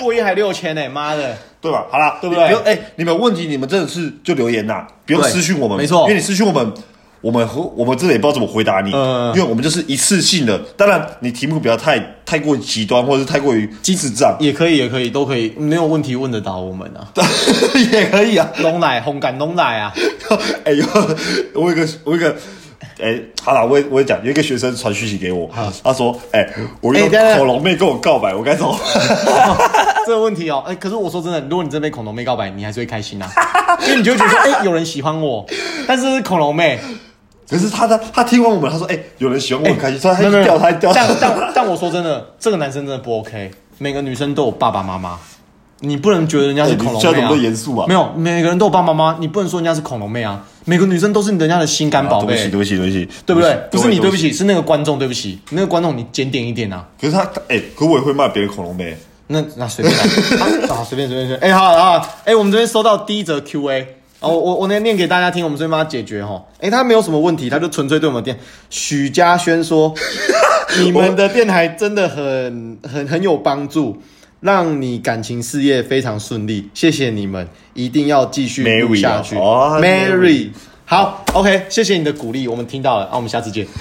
Speaker 1: 过夜还六千呢，妈的！
Speaker 2: 对吧？好啦，
Speaker 1: 对不对
Speaker 2: 你用哎、你们有问题，你们真的是就留言呐，不用
Speaker 1: 对
Speaker 2: 私讯我们，
Speaker 1: 没错
Speaker 2: 因为你私讯我们。我们和我们真的也不知道怎么回答你，
Speaker 1: 嗯
Speaker 2: 因为我们就是一次性的。当然，你题目不要太太过于极端，或者是太过于机智障，
Speaker 1: 也可以，也可以，都可以，没有问题问得到我们啊。
Speaker 2: 也可以啊。
Speaker 1: 龙奶烘干龙奶啊，
Speaker 2: 哎呦，我有一个，我有一个，哎，好了，我也我也讲，有一个学生传讯息给我，他说，哎，我
Speaker 1: 哎
Speaker 2: 用
Speaker 1: 等等
Speaker 2: 恐龙妹跟我告白，我该怎么办？
Speaker 1: 这个问题哦，哎、可是我说真的，如果你真被恐龙妹告白，你还是会开心啊， 因为你就会觉得说，哎、有人喜欢我，但是恐龙妹，
Speaker 2: 可是他他他听完我们，他说，哎，有人喜欢我，很开心，所以他
Speaker 1: 没
Speaker 2: 一
Speaker 1: 有没有
Speaker 2: 直 掉，他一直掉，啊
Speaker 1: 但但但我说真的，这个男生真的不 OK，每个女生都有爸爸妈妈，你不能觉得人家是恐
Speaker 2: 哎你
Speaker 1: 龙
Speaker 2: 现在
Speaker 1: 妹
Speaker 2: 怎
Speaker 1: 啊
Speaker 2: 么都。严肃啊？
Speaker 1: 没有，每个人都有爸爸妈妈，你不能说人家是恐龙妹啊。每个女生都是人家的心肝宝
Speaker 2: 啊对不起，
Speaker 1: 贝，
Speaker 2: 对不起，对不起，
Speaker 1: 对不对？不是你对不
Speaker 2: 起。
Speaker 1: 起，是那个观众对不起。那个观众你检点一点啊。
Speaker 2: 可是他，他哎、可我也会骂别人恐龙妹。
Speaker 1: 那那随便啦啊，随便随便随便。哎、好了啊，哎、我们这边收到第一则 Q&A 啊，我我我那念给大家听，我们这边帮他解决哈。哎、他没有什么问题，他就纯粹对我们电。许嘉轩 说，你们的电台真的很很很有帮助。让你感情事业非常顺利，谢谢你们，一定要继续录
Speaker 2: Mary 啊
Speaker 1: 下去。
Speaker 2: 哦哦
Speaker 1: Mary，好，OK，谢谢你的鼓励，我们听到了，那、我们下次见。